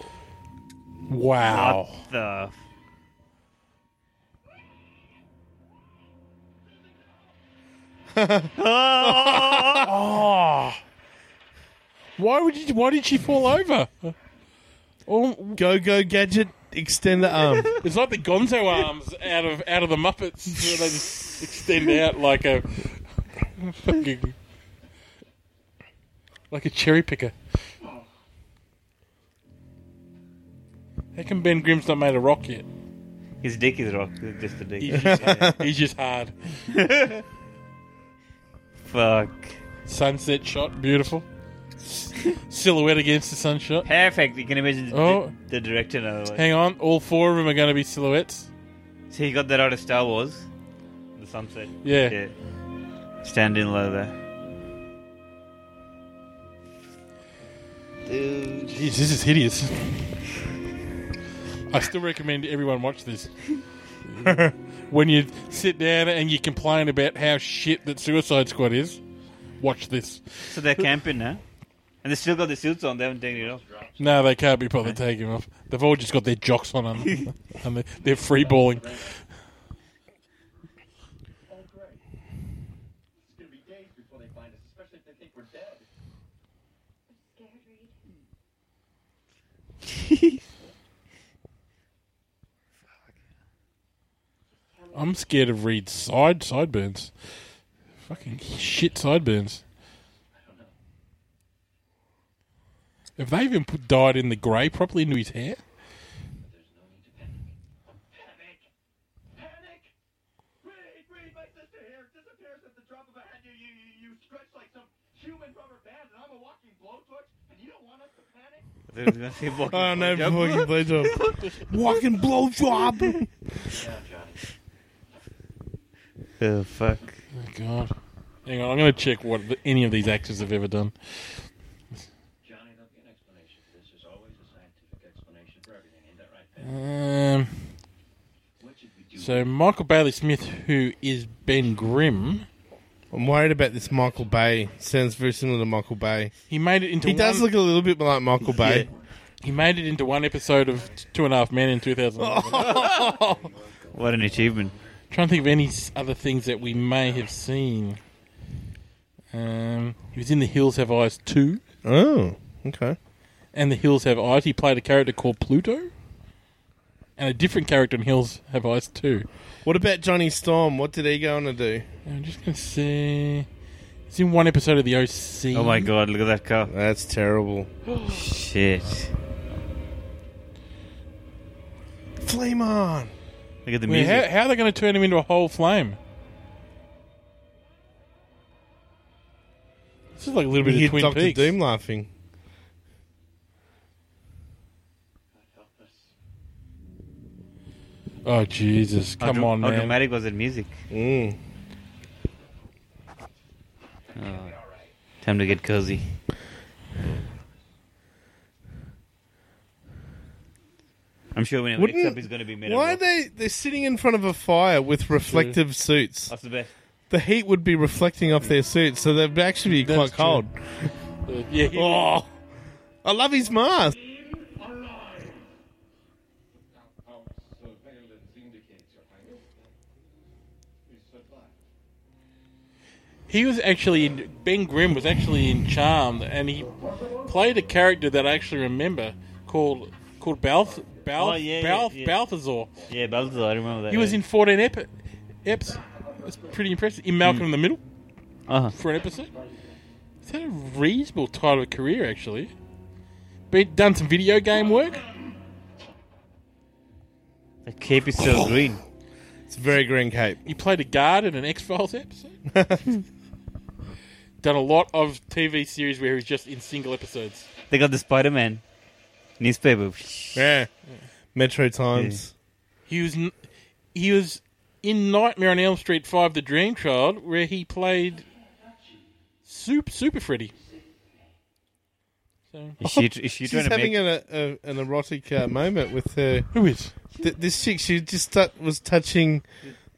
S3: wow.
S4: What the? f-
S3: Oh. Why would you? Why did she fall over? Oh,
S2: Go go gadget. Extend the arm.
S3: it's like the Gonzo arms out of out of the Muppets. they just extend out like a fucking like a cherry picker. How come Ben Grimm's not made a rock yet?
S4: His dick is rock. Just the dick.
S3: He's just, he's just hard.
S4: Fuck.
S3: Sunset shot, beautiful. Silhouette against the sunshot.
S4: Perfect. You can imagine the,
S3: Oh.
S4: the direction otherwise.
S3: Hang on, all four of them are going to be silhouettes.
S4: So he got that out of Star Wars. The sunset.
S3: Yeah.
S4: Yeah. Standing low there. Dude.
S3: Jeez, this is hideous. I still recommend everyone watch this. when you sit down and you complain about how shit that Suicide Squad is, watch this.
S4: So they're camping now. And they still got the suits on. They haven't taken it off.
S3: No, they can't be bothered taking off. They've all just got their jocks on and, and they- they're free balling.
S5: Oh, great. It's going to be days before they find us, especially if they think we're dead.
S6: I'm scared, Reed.
S3: I'm scared of Reed's side sideburns. Fucking shit sideburns. Have they even put dyed in the grey properly into his hair?
S5: There's no need to panic. Panic! Panic! Reed, Reed, my sister here disappears at the drop of a hat. You, you, you, you stretch like some human rubber band, and I'm a walking blowtorch, and you don't want us to panic?
S4: I thought he was gonna say walking
S2: Oh no! Fucking
S4: blowjob.
S2: blowjob. Walking blowjob.
S5: Yeah, Johnny.
S4: Oh, fuck.
S3: Oh, God. Hang on, I'm going to check what th- any of these actors have ever done.
S5: Johnny, there'll be an explanation for this. There's always a scientific explanation for everything. Ain't that right,
S3: Um,
S5: Pat? What should we do?
S3: so, Michael Bailey Smith, who is Ben Grimm,
S2: I'm worried about this Michael Bay. Sounds very similar to Michael Bay.
S3: he made it into
S2: He does
S3: one,
S2: look a little bit like Michael Bay.
S3: he made it into one episode of Two and a Half Men in 2011.
S4: What an achievement.
S3: Trying to think of any s- other things that we may have seen. Um, he was in The Hills Have Eyes 2
S2: Oh, okay.
S3: and The Hills Have Eyes. He played a character called Pluto and a different character in Hills Have Eyes 2.
S2: What about Johnny Storm? What did he go on to do?
S3: I'm just going to say. He's in one episode of The OC.
S4: Oh my god, look at that car.
S2: That's terrible.
S4: Shit.
S2: Flame on.
S4: Look at the
S3: Wait, how,
S4: music.
S3: how are they going to turn him into a whole flame? This is like a little bit
S2: You
S3: of
S2: hear
S3: Twin
S2: Doctor
S3: Peaks.
S2: Doom laughing.
S5: God help us.
S3: Oh, Jesus.
S4: How
S3: Come
S4: dra-
S3: on,
S4: How
S3: man.
S4: dramatic was that music?
S2: Mm.
S4: Oh. Time to get cozy. I'm sure when it wakes
S2: Wouldn't-
S4: up, he's going to be made
S2: Why are
S4: of rock.
S2: they? They're sitting in front of a fire with reflective suits.
S4: That's the best.
S2: The heat would be reflecting off their suits, so they'd actually be
S3: That's
S2: quite
S3: true.
S2: cold.
S3: Uh, yeah, he-
S2: Oh, I love his mask.
S5: Our surveillance indicates, Your Highness,
S3: He was actually in, Ben Grimm was actually in Charmed, and he played a character that I actually remember called called Balth Balth
S4: Oh, yeah,
S3: Balth
S4: yeah, yeah.
S3: Balthazar.
S4: Yeah, Balthazar, I remember that.
S3: He was in fourteen ep- eps. That's pretty impressive. In Malcolm in the Middle
S4: Uh-huh.
S3: for an episode. He's had a reasonable title of career actually. Been done some video game work.
S4: The cape is
S3: Oh.
S4: still green.
S2: It's a very green cape.
S3: He played a guard in an X Files episode. Done a lot of TV series where he's just in single episodes.
S4: They got the Spider Man
S3: Oh.
S4: newspaper.
S2: Yeah. Metro Times.
S3: He was n- he was in Nightmare on Elm Street Five: The Dream Child, where he played Super Super Freddy. So
S4: Is she, is she
S2: She's
S4: trying to
S2: having
S4: make
S2: an, a, an erotic uh, moment with her.
S3: who is?
S2: Th- this chick, she just tou- was touching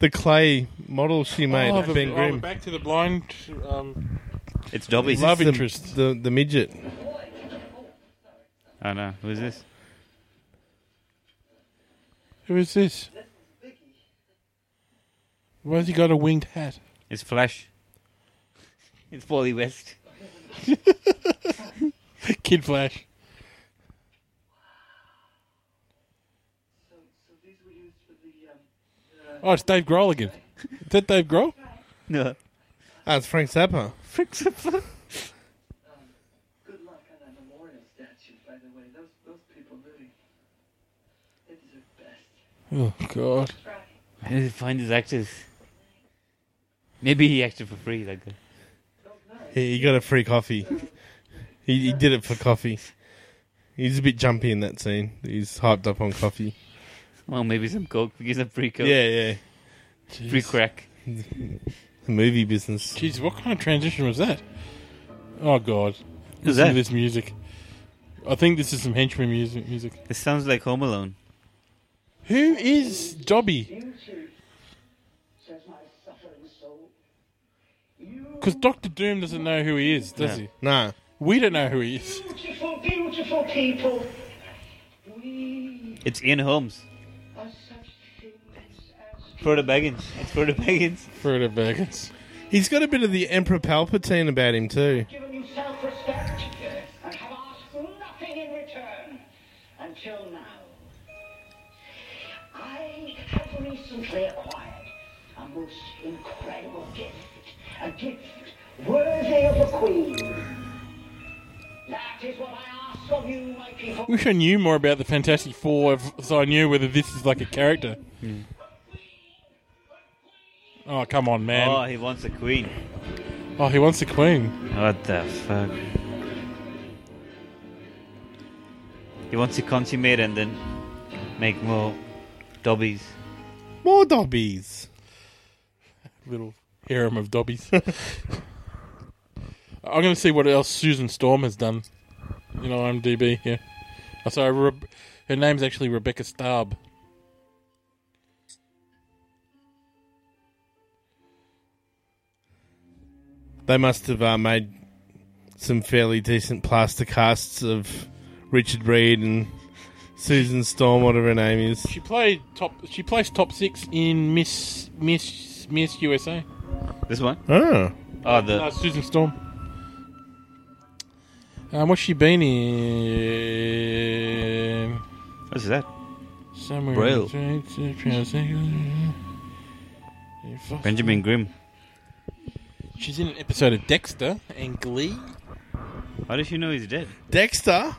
S2: the clay model she made
S3: oh,
S2: of
S3: the,
S2: Ben
S3: oh,
S2: Grimm.
S3: Back to the blind. Um,
S4: It's Dobby.
S2: Is
S3: Love
S2: this the-
S3: interest.
S2: The, the midget.
S4: I know. Who's this?
S3: who is this? Why's he got a winged hat?
S4: It's Flash. It's Polly West.
S3: Kid Flash. Oh, it's Dave Grohl again. Is that Dave Grohl?
S4: No.
S2: Ah, it's Frank Zappa.
S5: Good luck on that memorial statue, by the way. Those those people living, they deserve best.
S3: Oh God.
S4: Where did they find these actors? Maybe he acted for free, uh, that guy.
S2: He, he got a free coffee. He, he did it for coffee. He's a bit jumpy in that scene. He's hyped up on coffee.
S4: Well, maybe some coke because of free coke.
S2: Yeah, yeah.
S4: Free crack.
S2: The movie business.
S3: Jeez, what kind of transition was that? Oh God.
S4: Who's
S3: Listen
S4: that?
S3: to this music. I think this is some henchman music. Music.
S4: This sounds like Home Alone.
S3: Who is Dobby?
S5: Says my suffering soul.
S3: Because Doctor Doom doesn't know who he is, does
S4: Yeah.
S3: he?
S2: Nah.
S3: We don't know who he is.
S5: Beautiful, beautiful people. We
S4: It's Ian Holmes.
S5: are such things as
S4: Frodo Baggins. It's Frodo Baggins.
S3: Frodo Baggins.
S2: He's got a bit of the Emperor Palpatine about him, too.
S5: given you self-respect and have asked nothing in return until now. I have recently acquired a most incredible gift, a gift worthy of a queen. That is what I ask of you, my people.
S3: Wish I knew more about the Fantastic Four, if, so I knew whether this is like a character. Oh come on, man!
S4: oh,
S3: Oh,
S4: he wants a queen.
S3: he wants the Queen.
S4: What the fuck? He wants to consummate and then make more dobbies.
S2: More Dobbies.
S3: Little harem of Dobbies. I'm going to see what else Susan Storm has done. You know, IMDb here. Oh, sorry, Reb her name's actually Rebecca Starb.
S2: They must have uh, made some fairly decent plaster casts of Richard Reed and Susan Storm, whatever her name is.
S3: She played top. She placed top six in Miss Miss Miss USA.
S4: This one?
S3: Ah.
S2: Oh.
S4: Oh,
S3: No,
S4: the
S3: Susan Storm. Um, what's she been in?
S4: what's that?
S3: Somewhere.
S4: Braille.
S3: in the- trying to think.
S4: Benjamin Grimm.
S3: She's in an episode of Dexter and Glee.
S4: How does she know he's dead?
S2: Dexter?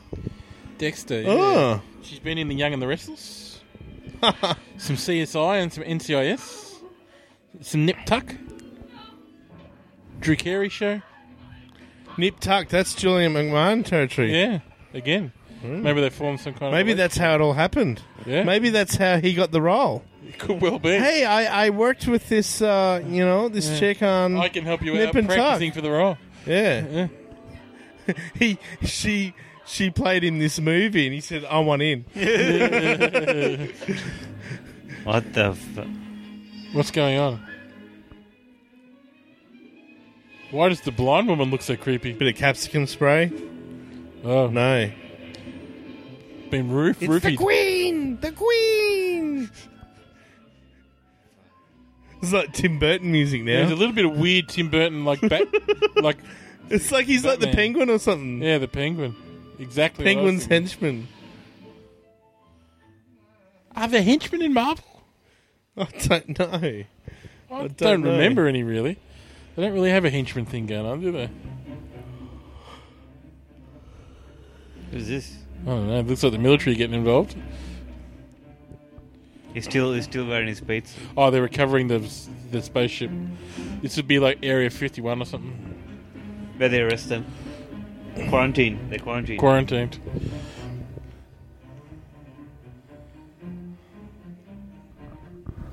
S3: Dexter. yeah.
S2: Oh.
S3: She's been in The Young and the Restless. some CSI and some NCIS. Some Nip Tuck. Drew Carey show.
S2: Nip Tuck, that's Julian McMahon territory.
S3: Yeah, again. Maybe they formed some kind
S2: Maybe
S3: of.
S2: that's how it all happened.
S3: Yeah.
S2: Maybe that's how he got the role.
S3: It could well be.
S2: Hey, I, I worked with this, uh, you know, this chick on.
S3: I can help you
S2: Nip
S3: out
S2: and
S3: practicing for the role.
S2: Yeah. he, she, she played in this movie, and he said, "I want in."
S4: What the fuck?
S3: What's going on? Why does the blind woman look so creepy?
S2: Bit of capsicum spray.
S3: Oh,
S2: No.
S3: been roof roofied.
S2: queen. The queen. It's like Tim Burton music
S3: There's
S2: now.
S3: a little bit of weird Tim Burton like bat, like
S2: It's like he's like the
S3: Batman.
S2: penguin or something.
S3: yeah, the penguin. Exactly. what I was
S2: Penguin's
S3: thinking.
S2: henchman.
S3: Are there henchmen in Marvel?
S2: I don't know.
S3: I don't,
S2: don't know.
S3: remember any really. They don't really have a henchman thing going on, do they?
S4: Who's this?
S3: I don't know. It looks like the military getting involved.
S4: He's still he's still wearing his plates.
S3: Oh, they're recovering the the spaceship. This would be like Area 51 or something.
S4: Where they arrest them. Quarantine. They quarantine.
S3: Quarantined.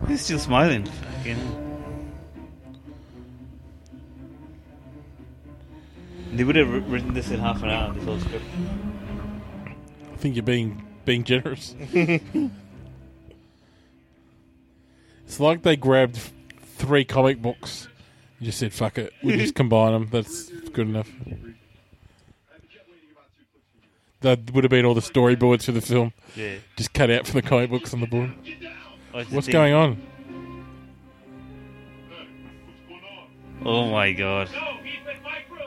S4: he's still smiling. Fucking. They would have wr- written this in half an hour. This whole script.
S3: I think you're being being generous. it's like they grabbed f- three comic books and just said, "Fuck it, we just combine them. That's good enough." That would have been all the storyboards for the film,
S4: Yeah.
S3: just cut out from the comic books on the board.
S4: Oh, it's the
S3: What's
S4: thing.
S3: going on?
S4: Oh my god.
S5: No, he's with my crew.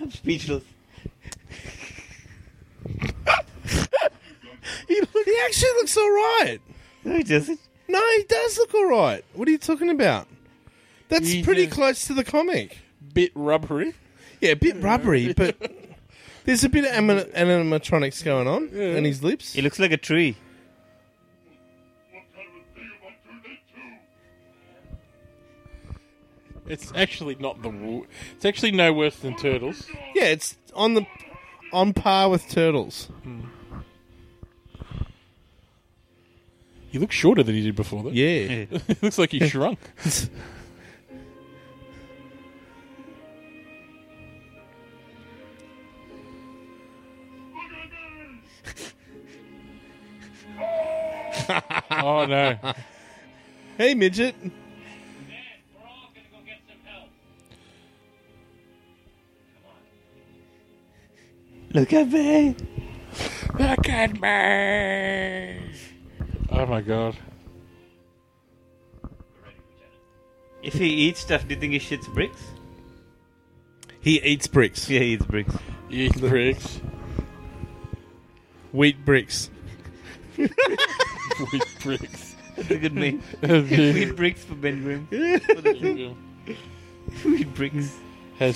S4: I'm speechless.
S2: He, look- he actually looks all right.
S4: No, he doesn't.
S2: No, he does look all right. What are you talking about? That's
S3: He
S2: pretty
S3: just-
S2: close to the comic.
S3: Bit rubbery.
S2: Yeah, a bit rubbery, but there's a bit of anim- animatronics going on
S3: Yeah.
S2: in his lips.
S4: He looks like a tree.
S3: It's actually not the. wo- It's actually no worse than turtles.
S2: Yeah, it's on the on par with turtles.
S3: He looks shorter than he did before. Though.
S2: Yeah,
S4: Yeah.
S3: It looks like he shrunk. oh no.
S2: Hey, midget.
S5: Dad, we're all gonna go get some help. Come on.
S4: Look at me.
S3: Look at me. Oh my god.
S5: We're ready, Lieutenant.
S4: If he eats stuff, do you think he shits bricks?
S2: He eats bricks.
S4: Yeah, he eats bricks.
S3: Eat bricks.
S2: Wheat bricks.
S3: Eat bricks.
S4: That's a good name. we eat
S3: Has
S4: bricks for Ben Grimm. For the thing. we eat bricks.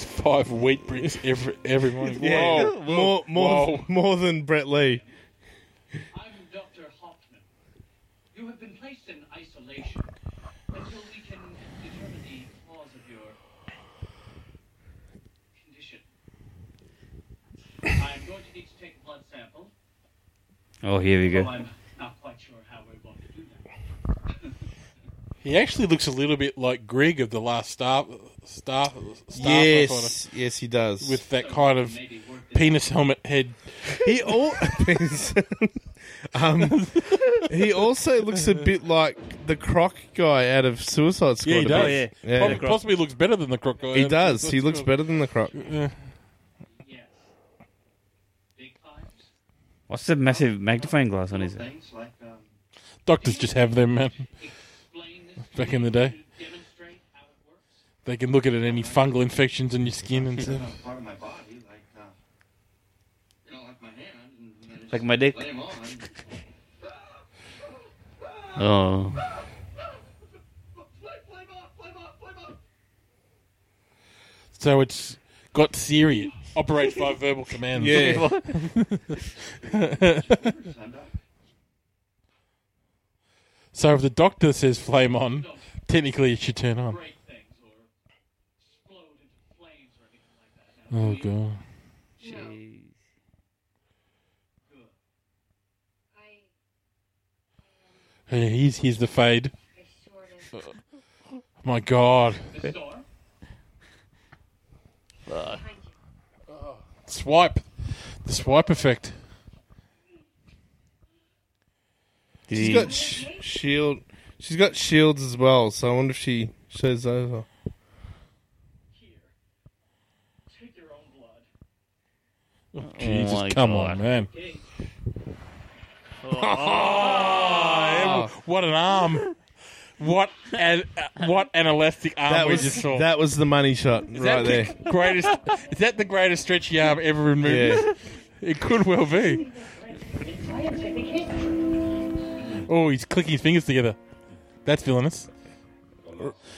S3: five wheat bricks every every morning.
S2: Yeah,
S3: Whoa.
S2: more more
S3: Whoa.
S2: more than Brett Lee.
S5: I'm Dr. Hoffman. You have been placed in isolation until we can determine the cause of your condition. I'm going to need to take a blood sample.
S4: Oh, here we
S5: though
S4: go.
S5: I'm not quite sure how we're going to do that.
S3: He actually looks a little bit like Greg of the last Star Star, star
S2: Yes, yes, he does.
S3: with that kind of
S5: Maybe work this
S3: penis helmet head.
S2: He all um, he also looks a bit like the Croc guy out of Suicide Squad.
S3: Yeah, he
S2: a
S3: does.
S2: bit.
S4: Yeah.
S2: Yeah.
S3: Probably, possibly looks better than the crocodile.
S2: He does. He looks better than the Croc.
S5: Yes. Big pipes.
S4: What's the massive magnifying glass on his head?
S5: Things like, um,
S3: Doctors just have them, man.
S5: explain this to
S3: Back
S5: me
S3: in the day,
S5: to demonstrate how it works.
S3: they can look at it, any fungal infections in your skin and stuff.
S5: know, part of my body, like, uh, you know, like my hand. And then it's
S4: Like my dick.
S5: lame on.
S4: Oh.
S5: Flame, flame off, flame off, flame off.
S3: So it's got Siri. It operates by verbal commands.
S2: Yeah.
S5: Stand up.
S3: So if the doctor says flame on, technically it should turn on.
S5: Break things or explode into flames or anything like that. Now,
S3: Oh
S5: we-
S3: god.
S4: Jeez.
S5: Good.
S6: I,
S3: Hey, he's he's the fade.
S6: I sort of.
S3: My god.
S5: This door.
S6: Behind you.
S3: Swipe. The swipe effect.
S4: Did
S2: She's
S4: he,
S2: got sh- shield. She's got shields as well. So I wonder if she shows over.
S5: Here.
S3: Oh, Jesus,
S4: my
S3: come
S4: God.
S3: on, man. Oh, what an arm. What an, uh, what an elastic arm
S2: That
S3: we
S2: was
S3: just saw.
S2: that was the money shot right there.
S3: the Greatest, is that the greatest stretchy arm ever in movies?
S2: Yeah.
S3: It could well be. Oh, he's clicking his fingers together. That's villainous.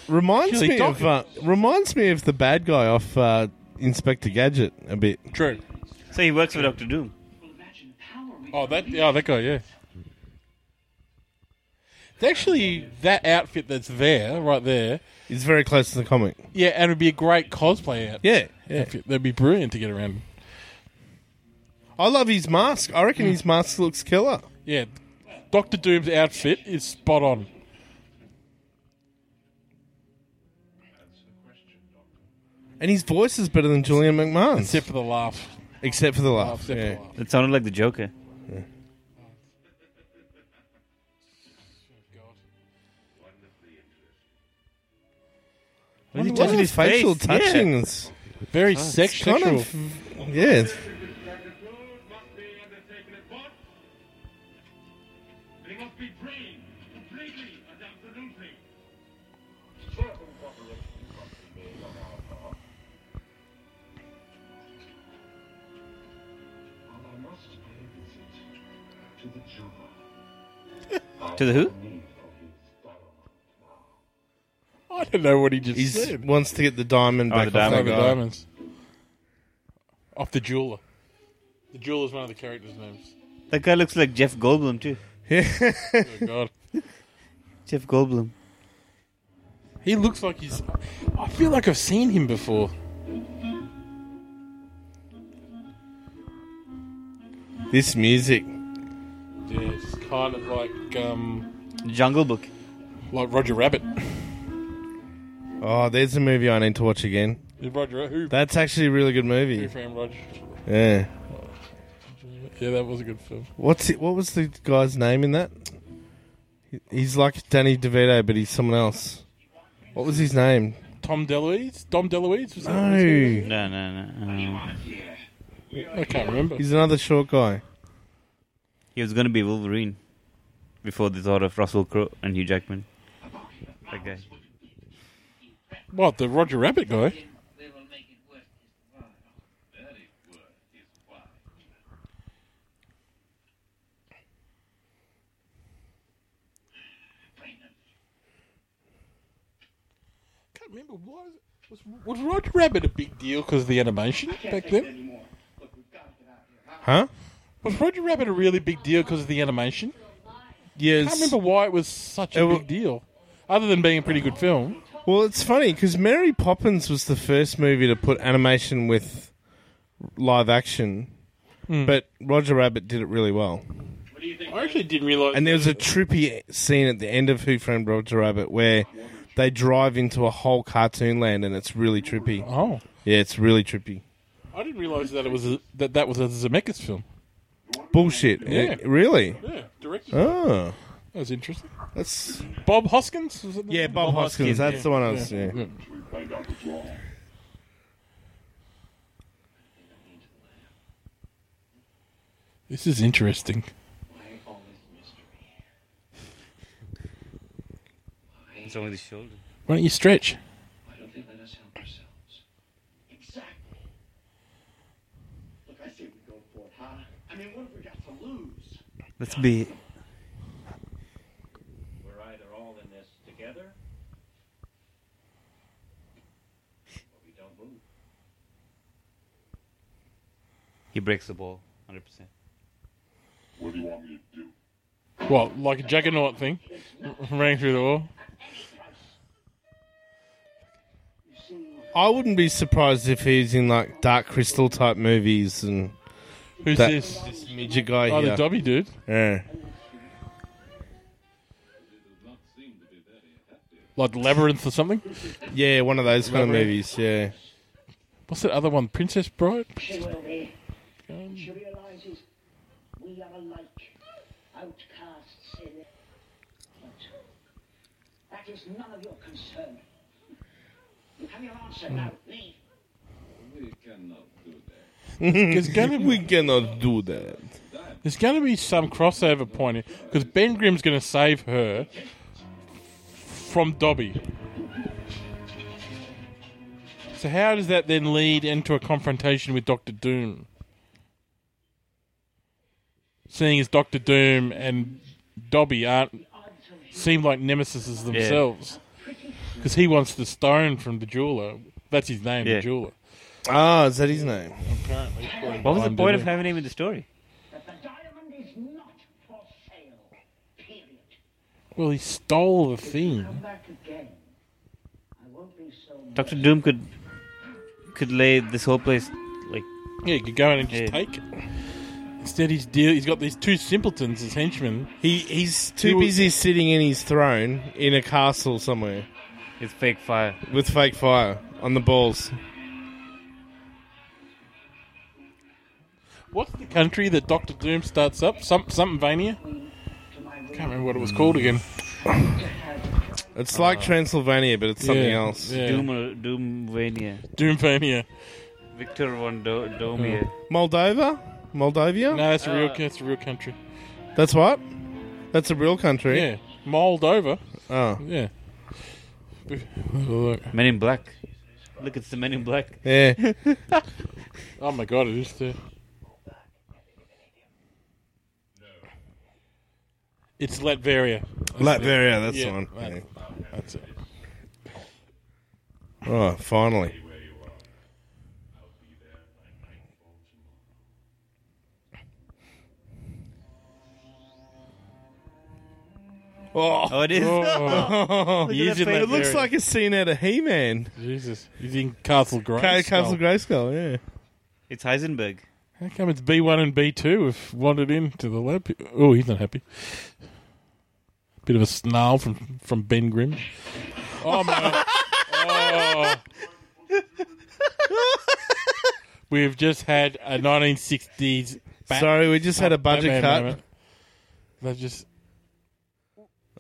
S2: reminds
S3: She's a
S2: me of
S3: doctor.
S2: uh, reminds me of the bad guy off uh, Inspector Gadget a bit.
S3: True.
S4: So he works for Doctor Doom.
S3: Oh, that oh that guy, yeah. It's actually that outfit that's there, right there.
S2: He's very close to the comic.
S3: Yeah, and it'd be a great cosplay outfit.
S2: Yeah, yeah.
S3: outfit. That'd be brilliant to get around.
S2: I love his mask. I reckon his mask looks killer.
S3: Yeah, Doctor Doom's outfit is spot on.
S2: And his voice is better than Julian McMahon's.
S3: Except for the laugh.
S2: Except for the
S3: Oh,
S2: laugh.
S3: except for
S2: yeah.
S3: the laugh.
S4: It sounded like the Joker. Was he
S2: What
S4: touching
S2: are
S4: his
S2: his facial
S4: face? Yeah.
S2: touchings?
S3: Very
S2: Oh, It's
S3: sexual.
S2: kind of. Yeah. it's-
S5: The clothes must be undertaken at once. They must be drained completely and absolutely. Certain preparations must be made on our part. And I must pay a visit to the jeweler.
S4: To the who?
S5: Need of his diamond now.
S3: I don't know what he just
S2: He
S3: said.
S2: wants to get the diamond
S4: Oh,
S2: back
S4: the
S2: off that
S3: Oh,
S4: diamond.
S3: the
S2: guy.
S3: diamonds. Off the jeweler. The jeweler's one of the characters' names.
S4: That guy looks like Jeff Goldblum too.
S3: Oh God.
S4: Jeff Goldblum.
S3: He looks like he's. I feel like I've seen him before.
S2: This music.
S3: Yeah, it's kind of like um,
S4: Jungle Book.
S3: like Roger Rabbit.
S2: Oh, there's a movie I need to watch again.
S3: Roger who?
S2: That's actually a really good
S3: Who
S2: movie.
S3: framed Roger?
S2: Yeah.
S3: Yeah, that was a good film.
S2: What's it, what was the guy's name in that? He- He's like Danny DeVito, but he's someone else. What was his name? Oh.
S3: Tom DeLuise. Tom DeLuise was that?
S2: No,
S4: No, no, no. uh,
S3: I can't remember.
S2: he's another short guy.
S4: he was going to be Wolverine before they thought of Russell Crowe and Hugh Jackman. That guy.
S3: What the Roger Rabbit guy?
S5: They will make it worth his while. That it worth his while.
S3: Can't remember. Why was, was was Roger Rabbit a big deal because of the animation back then?
S5: Anymore. Look, we've got to get out of here.
S2: Huh?
S3: Was Roger Rabbit a really big deal because of the animation? I can't
S2: Yes.
S3: remember why it was such a
S2: It wa-
S3: big deal, other than being a pretty good film.
S2: Well, it's funny because Mary Poppins was the first movie to put animation with live action, but Roger Rabbit did it really well.
S3: I actually didn't realize.
S2: And there was a trippy scene at the end of Who Framed Roger Rabbit where they drive into a whole cartoon land, and it's really trippy.
S3: oh,
S2: Yeah, it's really trippy.
S3: I didn't realize that it was a, that that was a Zemeckis film.
S2: Bullshit.
S3: Yeah.
S2: Really?
S3: Yeah, directed.
S2: Oh,
S3: That was interesting.
S2: that's
S3: Bob Hoskins. Was it
S2: yeah. Bob, Hoskins. That's the one I was. Yeah.
S3: Yeah. This is interesting.
S5: Why all this mystery?
S4: It's only the shoulder.
S3: Why don't you stretch?
S5: Why don't they let us help ourselves? Exactly. Look, I say we go for it, huh? I mean, what have we got to lose?
S4: Let's be.
S5: We're either all in this together, or we don't move.
S4: He breaks the ball, hundred percent.
S3: What, like a juggernaut thing? Running through the wall?
S2: I wouldn't be surprised if he's in like Dark Crystal type movies and
S3: Who's
S2: that
S3: this?
S2: this midget guy
S3: Oh, the
S2: here.
S3: Dobby dude.
S2: yeah.
S3: Like Labyrinth or something?
S2: yeah, one of those kind of
S3: Labyrinth.
S2: movies. Yeah.
S3: What's that other one? Princess Bride?
S7: away. She realizes we are alike, outcasts in it. But that is none of your concern. You have your answer now. Leave.
S5: We cannot do that.
S3: There's gonna
S2: We
S3: be
S2: cannot do that.
S3: there's gonna be some crossover point because Ben Grimm's gonna save her from Dobby. So how does that then lead into a confrontation with Doctor Doom? Seeing as Doctor Doom and Dobby aren't seem like nemesis themselves, because he wants the stone from the jeweler. That's his name,
S4: Yeah.
S3: the jeweler.
S2: Ah, is that his name?
S3: Apparently,
S4: What was the
S3: I'm
S4: point of
S3: doing-
S4: having him in the story?
S7: that the diamond is not for sale. Period.
S3: Well, he stole the thing.
S7: Come back again. I won't be so.
S4: Doctor Doom could could lay this whole place like
S3: Yeah, you could go in and just
S4: Yeah.
S3: take it. Instead, he's deal. He's got these two simpletons as henchmen.
S2: He he's
S3: He
S2: too
S3: was-
S2: busy sitting in his throne in a castle somewhere
S4: it's fake fire.
S2: with fake fire on the balls.
S3: What's the country that Doctor Doom starts up? Some something Vania. Can't remember what it was called again.
S2: It's like Transylvania, but it's something
S3: Yeah,
S2: else.
S3: Yeah.
S4: Doom uh, Doomvania.
S3: Doomvania.
S4: Victor von Do- Domia.
S2: Moldova, Moldavia.
S3: No, that's a
S4: Uh.
S3: real. That's a real country.
S2: That's what. That's a real country.
S3: Yeah, Moldova.
S2: Oh,
S3: Yeah. Look.
S4: Men in Black. Look, it's the Men in Black.
S2: yeah.
S3: Oh my god, it is there. It's Latveria.
S2: Latveria. That's
S3: Yeah,
S2: the one.
S3: that- That's it.
S2: Yeah. Oh, finally. Oh,
S4: Oh, it is.
S2: He's in
S4: face.
S2: it looks like a scene out of He-Man.
S3: Jesus. He's in Castle Grace.
S2: Ca- Castle Grayskull, yeah.
S4: It's Heisenberg.
S3: How come it's B1 and B2 if wandered into the lab? Oh, he's not happy. Bit of a snarl from, from Ben Grimm. Oh, my. Oh. We've just had a 1960s. Bat-
S2: Sorry, we just had a budget
S3: Batman
S2: cut.
S3: moment. They just.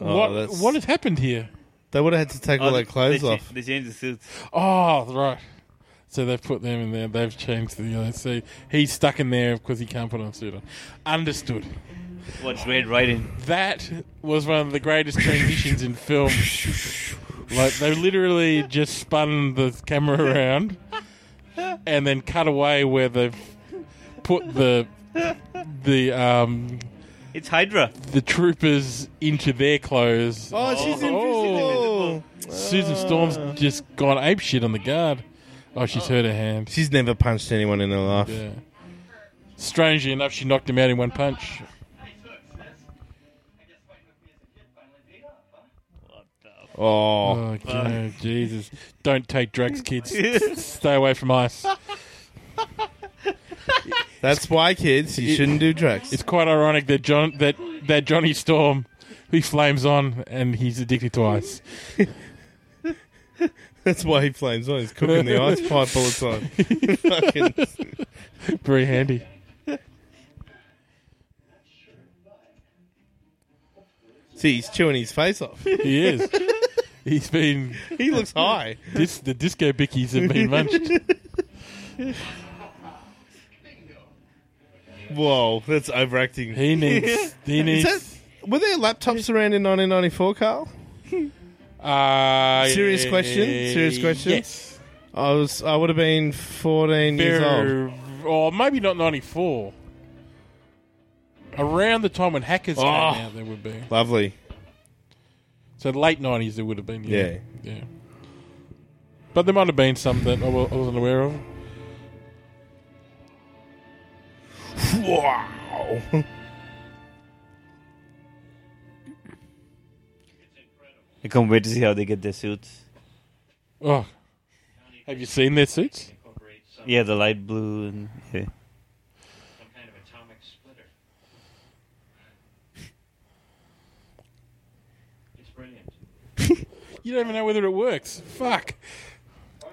S2: Oh,
S3: what,
S2: that's-
S3: what has happened here?
S2: They would have had to take all
S4: they-
S2: their clothes
S4: they, cha-
S2: off.
S4: They changed the suits.
S3: Oh, right. So they've put them in there. They've changed the. Uh, so he's stuck in there because he can't put on a suit on. Understood.
S4: What's red writing?
S3: That was one of the greatest transitions in film. Like they literally just spun the camera around and then cut away where they've put the the um
S4: It's Hydra.
S3: the troopers into their clothes.
S2: Oh, she's in
S3: Oh. Susan Storm's just gone apeshit on the guard. Oh, she's hurt her hand.
S2: She's never punched anyone in her life.
S3: Yeah. Strangely enough, she knocked him out in one punch.
S2: Oh,
S3: Oh, God, Jesus. Don't take drugs, kids. Stay away from ice.
S2: that's why, kids, you shouldn't do drugs.
S3: It's quite ironic that John that, that Johnny Storm, he flames on and he's addicted to ice.
S2: That's why he flames on. He's cooking the ice pipe all the time. Fucking-
S3: Very handy.
S2: See, he's chewing his face off.
S3: He is. He's been
S2: He looks high.
S3: dis, the disco bickies have been munched.
S2: Whoa, that's overacting.
S3: He needs he
S2: Is
S3: needs
S2: that- were there laptops around in 1994, Carl?
S3: uh,
S2: Serious question? Serious question?
S3: Yes.
S2: I was, I would have been 14 years old.
S3: Fair- or maybe not 94. Around the time when hackers came
S2: Oh.
S3: out, there would be.
S2: Lovely.
S3: So late 90s, there would have been.
S2: Yeah.
S3: Yeah. Yeah. But there might have been some that I wa- I wasn't aware of.
S2: Wow.
S4: I can't wait to see how they get their suits.
S3: Oh. Have you seen their suits?
S5: Incorporate some,
S4: Yeah, the light blue and yeah.
S5: some kind of atomic splitter. It's brilliant.
S3: You don't even know whether it works. Fuck.
S5: Who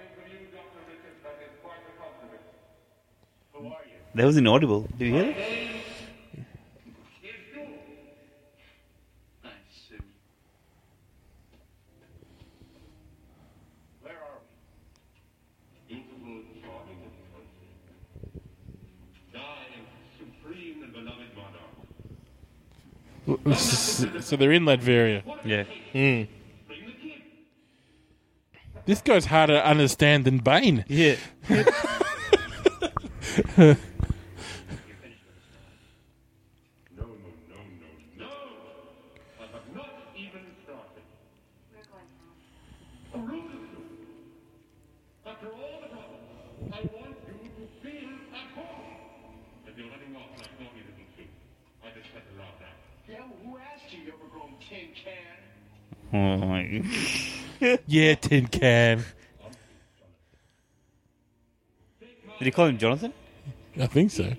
S5: are you?
S4: That was inaudible. Did you hear that?
S5: I see. Where are we?
S3: So they're in Latveria.
S4: Yeah.
S2: Mm.
S3: This guy's harder to understand than Bane.
S4: Yeah.
S5: No, no, no, no, no! I have not even started.
S6: We're going home.
S5: A room is due. After all the problems, I want you to feel at home. If you're letting off like Norby didn't do, I just had to allow that.
S7: Yeah, who asked you, you overgrown tin can?
S4: Oh my.
S3: Yeah, tin can.
S4: Did you call him Jonathan?
S3: I think so.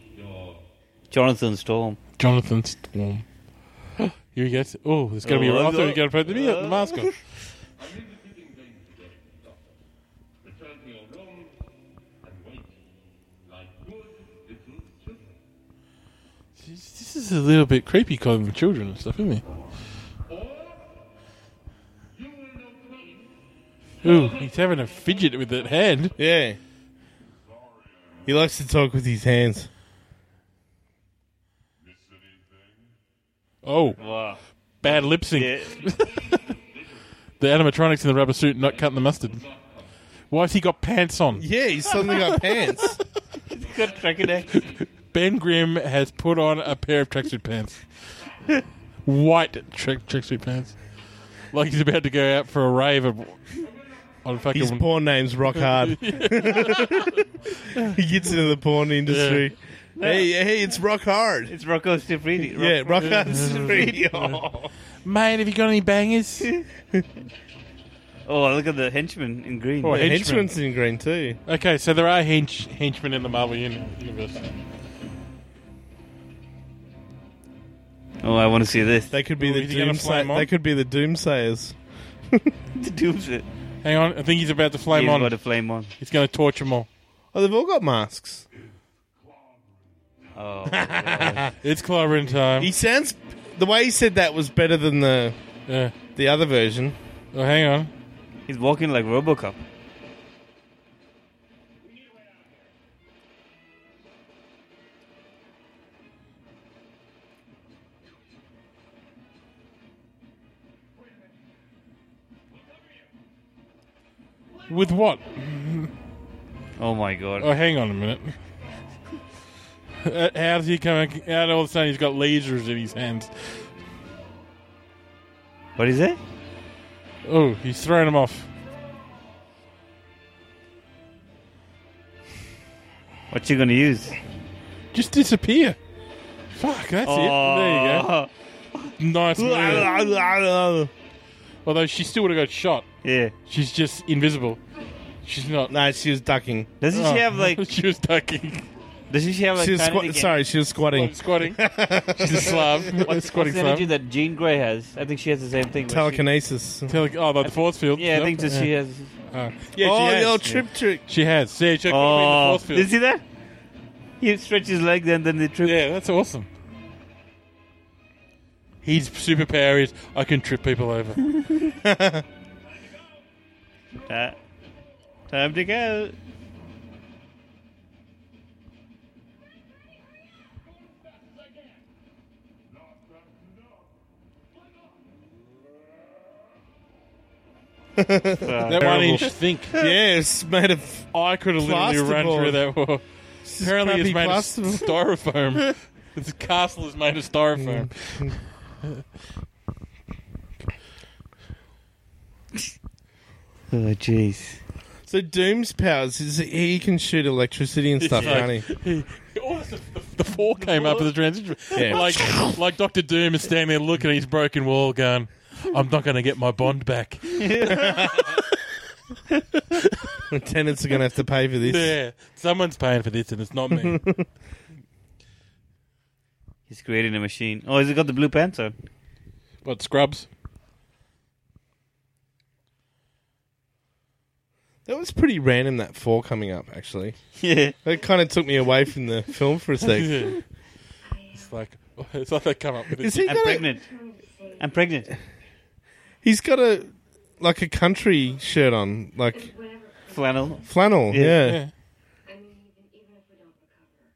S4: Jonathan Storm.
S3: Jonathan Storm. Here he goes. Oh, there's going to be a. I thought he was going to put the,
S4: uh,
S3: the mask on.
S5: I'm in the shooting game today, Doctor. Return to your room and wait. Like good little children.
S3: Jeez, This is a little bit creepy calling them children and stuff, isn't it?
S5: Or you will know pain.
S3: Ooh, he's having a fidget with that hand.
S2: Yeah. He likes to talk with his hands.
S5: Miss anything?
S3: Oh,
S4: Wow.
S3: bad lip sync.
S4: Yeah.
S3: The animatronics in the rubber suit not cutting the mustard. Why's he got pants on?
S2: Yeah, he's suddenly got pants.
S4: Good tracking
S3: Ben Grimm has put on a pair of tracksuit pants. White tra- tracksuit pants. Like he's about to go out for a rave of, on fucking.
S2: His porn name's rock hard. he gets into the porn industry. Hey, hey, it's rock hard.
S4: It's Rocco Siffredi. Rock-
S2: yeah, rock hard
S3: Mm.
S2: radio.
S3: Mate, have you got any bangers?
S4: Oh, look at the henchman in green.
S3: Oh,
S2: The
S3: henchman.
S2: henchman's in green too.
S3: okay, so there are hench- henchmen in the Marvel uni- universe.
S4: Oh, I want to see this.
S2: They could be
S3: Ooh,
S2: the
S3: is he gonna flame
S2: doomsay-
S3: on?
S2: They could be the doomsayers.
S4: Doomsday.
S3: Hang on, I think he's about to flame
S4: He's
S3: on.
S4: got a flame on.
S3: he's going to torture them all.
S2: Oh, they've all got masks.
S4: Oh,
S3: It's clobbering time.
S2: He sounds. The way he said that was better than the
S3: yeah.
S2: the other version.
S3: Oh, hang on.
S4: he's walking like RoboCop.
S3: With what?
S4: Oh my god.
S3: Oh, hang on a minute. Uh, How's he coming out all of a sudden? He's got lasers in his hands.
S4: What is it?
S3: Oh, he's throwing them off.
S4: What you gonna use?
S3: Just disappear. Fuck, that's it.
S4: oh.
S3: There you go. Nice move. Although she still would have got shot.
S4: Yeah.
S3: She's just invisible. She's not.
S2: No, she was ducking.
S4: Doesn't she
S3: Oh.
S4: have like?
S3: she was ducking.
S4: Doesn't she have like?
S2: she was
S4: kind of
S2: squa-
S4: the-
S2: sorry, she was squatting.
S3: squatting. She's a Slav.
S4: What's
S3: squatting
S4: the energy
S3: Slav.
S4: that Jean Grey has? I think she has the same thing. where she-
S2: Telekinesis.
S3: Tele- oh, about the force field.
S4: Yeah, I think that she has.
S3: Oh,
S2: oh,
S3: she
S2: the old
S3: has.
S2: trip trick.
S3: She has. See, check
S4: Oh,
S3: the force
S4: did you
S3: field.
S4: see that? He stretches his leg and then they trip.
S3: Yeah, that's awesome. His superpower is I can trip people over.
S4: Uh, time to go.
S3: that one
S2: Terrible.
S3: inch think.
S2: Yeah, it's made of
S3: I could have literally run
S2: Plasterboard.
S3: through that wall. Apparently, it's
S2: crappy
S3: made of
S2: plasterboard.
S3: styrofoam. this castle is made of styrofoam.
S4: Oh jeez.
S2: So Doom's powers is he can shoot electricity and stuff,
S3: Yeah.
S2: can't he?
S3: Oh, the, the, the four came up as a transition.
S2: Yeah.
S3: Like, like Doctor Doom is standing there looking at his broken wall, going, "I'm not going to get my bond back."
S2: The tenants are going to have to pay for this.
S3: Yeah, someone's paying for this, and it's not me.
S4: He's creating a machine. Oh, has he got the blue pants on?
S3: what scrubs?
S2: That was pretty random. That four coming up actually.
S4: Yeah.
S2: That kind of took me away from the film for a sec.
S3: Yeah. It's like it's like they come up with
S2: Is
S3: this.
S2: he
S4: I'm
S2: got a,
S4: pregnant. I'm pregnant.
S2: He's got a like a country shirt on, like
S6: Whatever.
S4: Flannel.
S2: flannel. Yeah.
S3: yeah.
S6: I mean, even, even if we don't recover,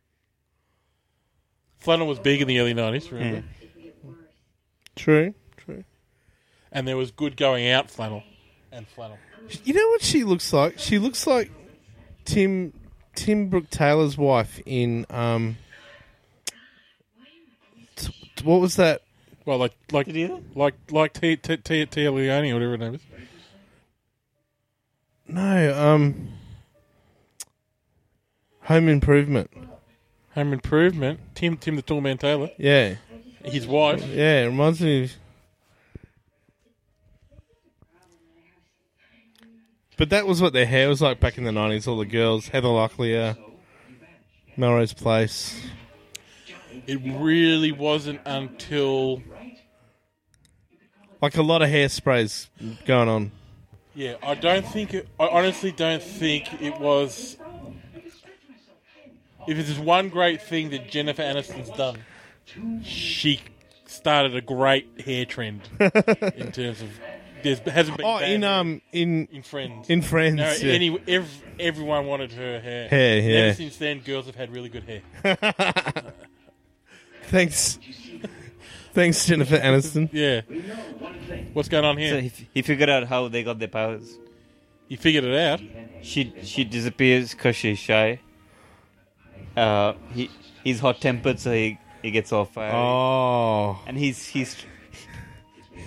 S3: Flannel was big in the early '90s. Remember?
S4: Yeah.
S6: if we get worse,
S2: True, true.
S3: and there was good going out flannel and flannel.
S2: You know what she looks like? She looks like Tim Tim Brooke Taylor's wife in um. t- t- What was that?
S3: Well, like like
S4: Did you hear
S3: like like T T T Tia Leone or whatever her name is.
S2: No, um, Home Improvement.
S3: Home Improvement. Tim Tim the Toolman Taylor.
S2: Yeah,
S3: His wife.
S2: yeah. It reminds me. Of... But that was what their hair was like back in the nineties. All the girls, Heather Locklear, Melrose Place.
S3: It really wasn't until
S2: Like a lot of hairsprays going on.
S3: yeah. I don't think. It, I honestly don't think it was. If there's one great thing that Jennifer Aniston's done, she started a great hair trend in terms of. There hasn't been
S2: Oh, in
S3: bad
S2: um, in
S3: in Friends.
S2: in Friends.
S3: No,
S2: yeah.
S3: any, ev- everyone wanted her hair.
S2: Hair,
S3: And
S2: yeah.
S3: Ever since then, girls have had really good hair.
S2: Thanks, thanks Jennifer Aniston.
S3: Yeah. What's going on
S4: So
S3: here?
S4: he, f- he figured out how they got their powers.
S3: You figured it out.
S4: She she disappears because she's shy. Uh, he he's hot tempered, so he, he gets all fiery.
S2: Oh,
S4: And he's he's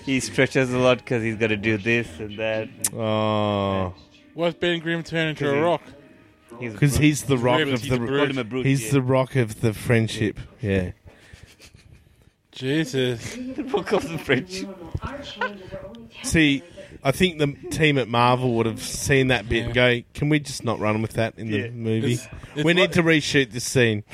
S4: he stretches a lot because he's got to do this and that.
S2: oh,
S3: Why's Ben Grimm turned into
S4: Because
S3: a
S4: he-
S3: rock?
S2: because he's the rock
S3: Brute,
S2: of
S3: he's a
S2: the.
S3: brute.
S4: called him a brute.
S2: He's
S4: yeah.
S2: the rock of the friendship. Yeah.
S3: Jesus.
S4: the book of the fridge.
S2: See, I think the team at Marvel would have seen that bit and go, can we just not run with that in the
S4: Yeah.
S2: movie?
S3: It's- it's
S2: we
S3: like-
S2: need to reshoot this scene.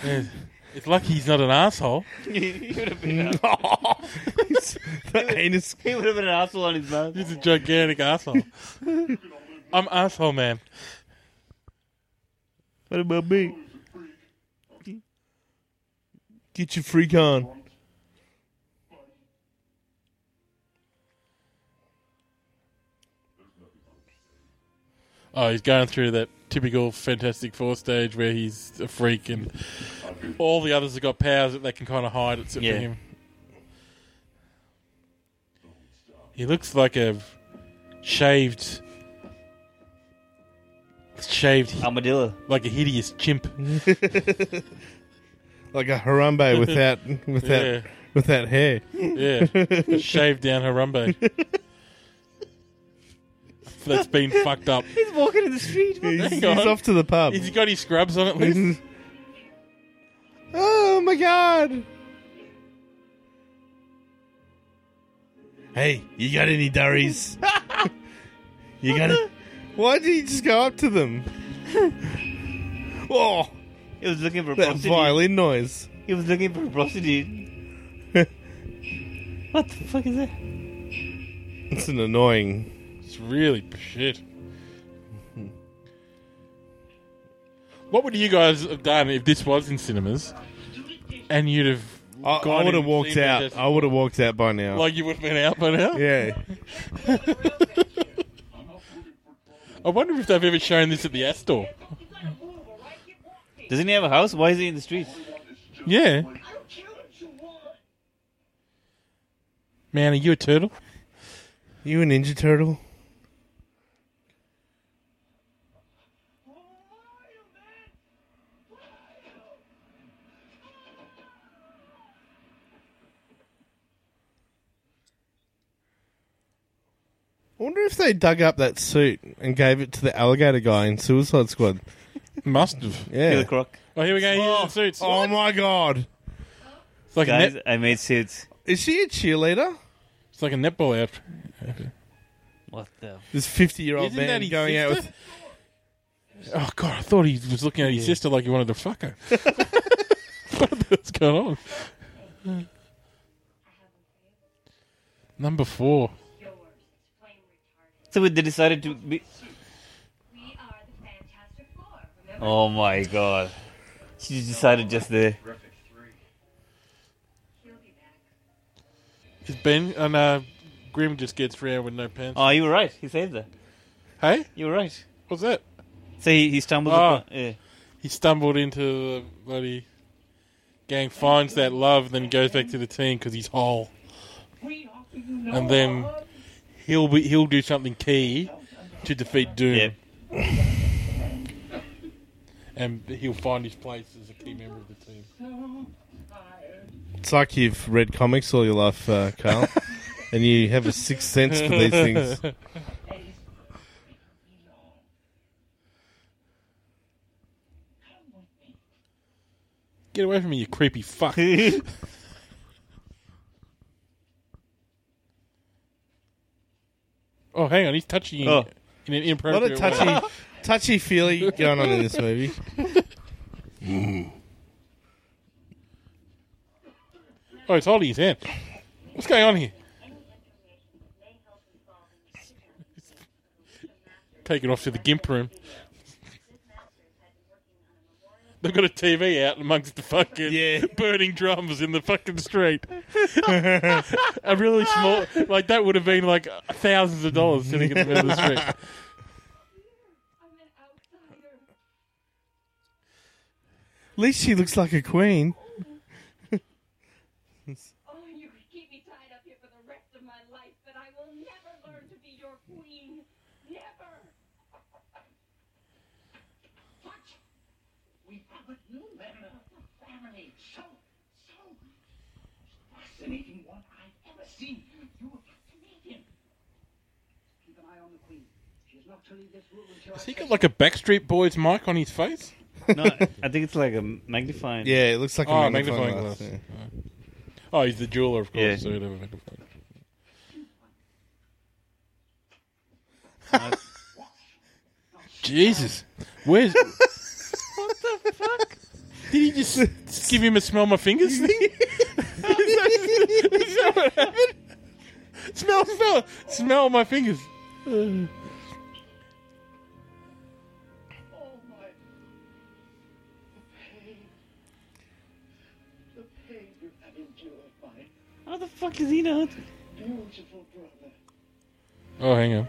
S3: It's lucky he's not an asshole.
S4: he would have been, a-
S2: the anus.
S4: he would have been an asshole on his mouth.
S3: He's a gigantic asshole. I'm asshole man.
S4: What about me?
S2: Get your freak on.
S3: Oh, he's going through that typical Fantastic Four stage where he's a freak and all the others have got powers that they can kind of hide except
S4: Yeah.
S3: for him. He looks like a shaved, shaved,
S4: Armadillo.
S3: like a hideous chimp.
S2: Like a Harambe without without
S3: Yeah,
S2: without hair.
S3: yeah. A shaved down Harambe. That's been fucked up.
S4: He's walking in the street.
S2: He's, he's
S3: on.
S2: off to the pub.
S3: Has he got his scrubs on at least?
S2: oh my god. Hey, you got any durries? you got it? Why did he just go up to them? oh,
S4: He was looking for a
S2: that
S4: prostitute.
S2: violin noise.
S4: He was looking for a prostitute. what the fuck is that?
S2: It's an annoying.
S3: It's really shit. What would you guys have done if this was in cinemas? And you'd have
S2: I,
S3: gone
S2: I would have
S3: and
S2: walked
S3: seen it
S2: out.
S3: just-
S2: I would have walked out by now.
S3: like you would have been out by now.
S2: yeah.
S3: I wonder if they've ever shown this at the Astor.
S4: Doesn't he have a house? Why is he in the streets?
S3: Yeah, man, are you a turtle?
S2: You a Ninja Turtle? I wonder if they dug up that suit and gave it to the alligator guy in Suicide Squad.
S3: Must have.
S4: Killer
S2: Yeah.
S4: croc.
S3: Oh, here we go. Here's the suits.
S2: Oh my god.
S3: it's like a
S4: Guys,
S3: net,
S4: I made suits.
S2: Is she a cheerleader?
S3: It's like a netball out.
S4: What the?
S2: This 50 year old
S3: Isn't that
S2: man
S3: his
S2: going out with.
S3: sister? Oh god, I thought he was looking at his sister like he wanted to fuck her. What's going on? Number four.
S4: So they decided to be.
S6: We are the Fantastic Four. Remember?
S4: Oh my god. She just decided just there.
S6: He'll be back.
S3: Is Ben and uh, Grim just gets round with no pants?
S4: Oh, you were right. He saved her.
S3: hey,
S4: You were right.
S3: what's that?
S4: So he, he stumbled
S3: Oh.
S4: upon. Yeah.
S3: He stumbled into the bloody gang, finds that love, then goes back to the team because he's whole. and then he'll be he'll do something key to defeat Doom,
S4: Yep.
S3: and he'll find his place as a key member of the team.
S2: It's like you've read comics all your life, uh, Carl, and you have a sixth sense for these things.
S3: Get away from me, you creepy fuck! oh, hang on, he's touching you
S4: Oh.
S3: in an
S2: A lot
S3: inappropriate
S2: of
S3: way.
S2: touchy, touchy feely going on in this movie.
S3: Oh, he's holding his hand. What's going on here? Taking off to the gimp room. They've got a TV out amongst the fucking
S2: Yeah.
S3: burning drums in the fucking street. a really small, like that would have been like thousands of dollars sitting in the middle of the street.
S6: I'm an outsider.
S2: At least she looks like a queen.
S6: Oh, you could keep me tied up here for the rest of my life, but I will never learn to be your queen. Never.
S7: What? We have a new member of the family. So, so fascinating one I've ever seen. You will have to meet him. Keep an eye on the queen. She is not to leave this room until
S3: Has
S7: I
S3: he
S7: tell
S3: got like a Backstreet Boys mic on his face?
S4: No, I think it's like a magnifying.
S2: Yeah, it looks like a
S3: Oh,
S2: magnifying,
S3: magnifying
S2: glass.
S3: glass. Oh, he's the jeweler, of course.
S4: Yeah.
S3: So he'd have a magnifying. Jesus, where's what the fuck? Did he just, just give him a smell my fingers thing? is that, is that what happened? Smell, smell, smell my fingers.
S7: Oh my. The pain. The pain you have endured, my
S4: How the fuck is he not?
S7: beautiful brother.
S3: Oh, hang on.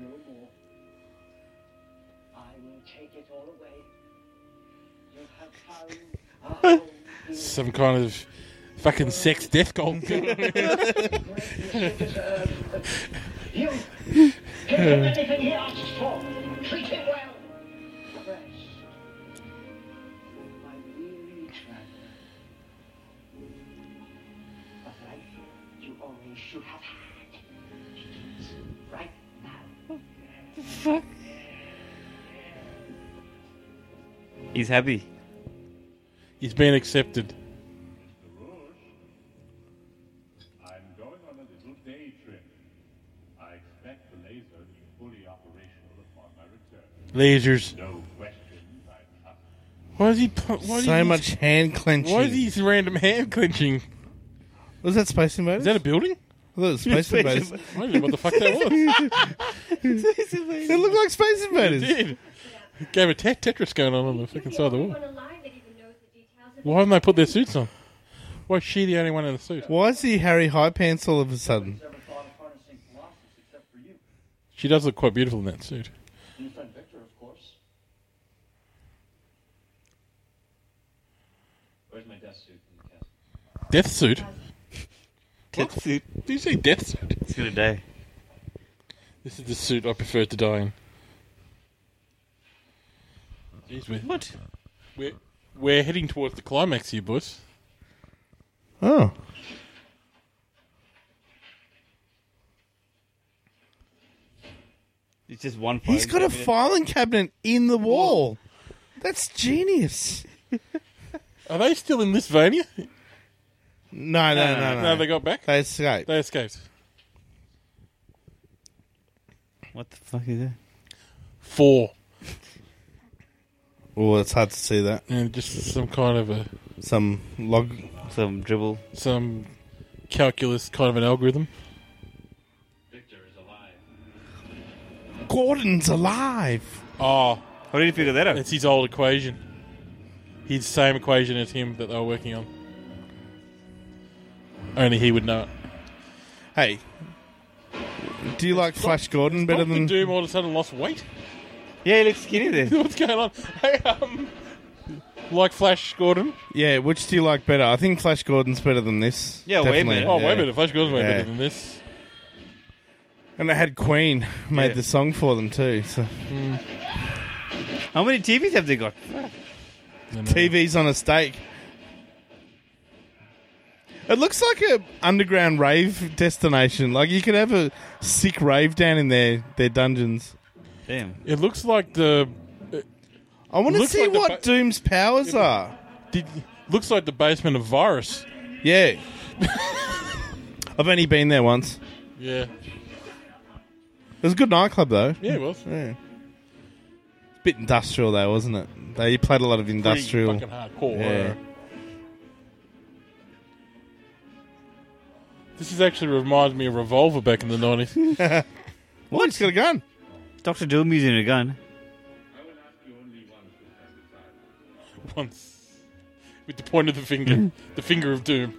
S7: No more. I will take it all away. You have found a home in
S3: Some kind of fucking sex death cult.
S7: You give him anything he asks for. Treat him well. Rest. My weary traveler. A life you always should have had. begins Right now.
S4: He's happy.
S3: he's been accepted.
S5: I'm going on a little day trip. I expect the laser to be fully operational upon my return.
S3: Lasers.
S5: No questions, I trust.
S3: Why is he? pu- Why
S2: So
S3: is he,
S2: much hand clenching.
S3: Why is he his random hand clenching?
S2: Was that Space Invaders?
S3: Is that a building?
S2: I thought it was Space Invaders.
S3: I don't know what the fuck that was.
S2: It looked like Space
S3: It
S2: Invaders.
S3: did. Gave a te- Tetris going on on the fucking
S6: You're
S3: side of the
S6: the only
S3: wall.
S6: one alive that even knows the details of
S3: Why haven't they put their suits on? Why is she the only one in the suit?
S2: Why is he Harry High Pants all of a sudden?
S5: Never thought of harnessing Colossus except for you.
S3: She does look quite beautiful in that suit.
S5: And your friend Victor, of course. Where's my death suit in the castle?
S3: Death suit?
S4: Death suit.
S3: Do you say death suit?
S4: He's gonna die.
S3: This is the suit I prefer to die in. Jeez, we're,
S4: What?
S3: we're, we're heading towards the climax here, boys.
S2: Oh.
S4: It's just one.
S2: He's
S4: filing
S2: got a
S4: cabinet.
S2: filing cabinet in the wall. That's genius.
S3: Are they still in Listvania?
S2: No, no, no, no.
S3: No, they got back?
S2: They escaped.
S3: They escaped.
S4: What the fuck is that?
S3: Four.
S2: Oh, it's hard to see that.
S3: And just some kind of a
S2: Some log.
S4: Some dribble.
S3: some calculus kind of an algorithm.
S5: Victor is alive.
S2: Gordon's alive.
S3: Oh,
S4: How did you figure that out?
S3: it's his old equation. His same equation as him that they were working on. Only he would know it.
S2: Hey, do you like Flash Gordon better
S3: Did
S2: than?
S3: Doom all of a sudden lost weight?
S4: Yeah, he looks skinny there.
S3: What's going on? Hey, um, Like Flash Gordon?
S2: Yeah, which do you like better? I think Flash Gordon's better than this.
S4: Yeah, way
S2: Definitely.
S4: better.
S3: Oh,
S2: Yeah.
S3: way better. Flash Gordon's way
S2: Yeah.
S3: better than this.
S2: And they had Queen made
S4: Yeah.
S2: the song for them too. So
S4: How many TVs have they got?
S3: uh,
S2: TV's on a stake. It looks like a underground rave destination. Like you could have a sick rave down in their their dungeons.
S4: Damn.
S3: It looks like the
S2: I want to
S3: Looks
S2: see
S3: like the
S2: what
S3: ba-
S2: Doom's powers are.
S3: did, looks like the basement of Virus.
S2: Yeah. I've only been there once.
S3: Yeah.
S2: It was a good nightclub though.
S3: Yeah, it was.
S2: Yeah. It's a bit industrial though, wasn't it? They played a lot of industrial.
S3: Pretty fucking hardcore.
S2: Yeah.
S3: This is actually reminds me of Revolver back in the nineties.
S2: What? He's got a gun.
S4: Doctor Doom using a gun.
S3: Once with the point of the finger, the finger of doom.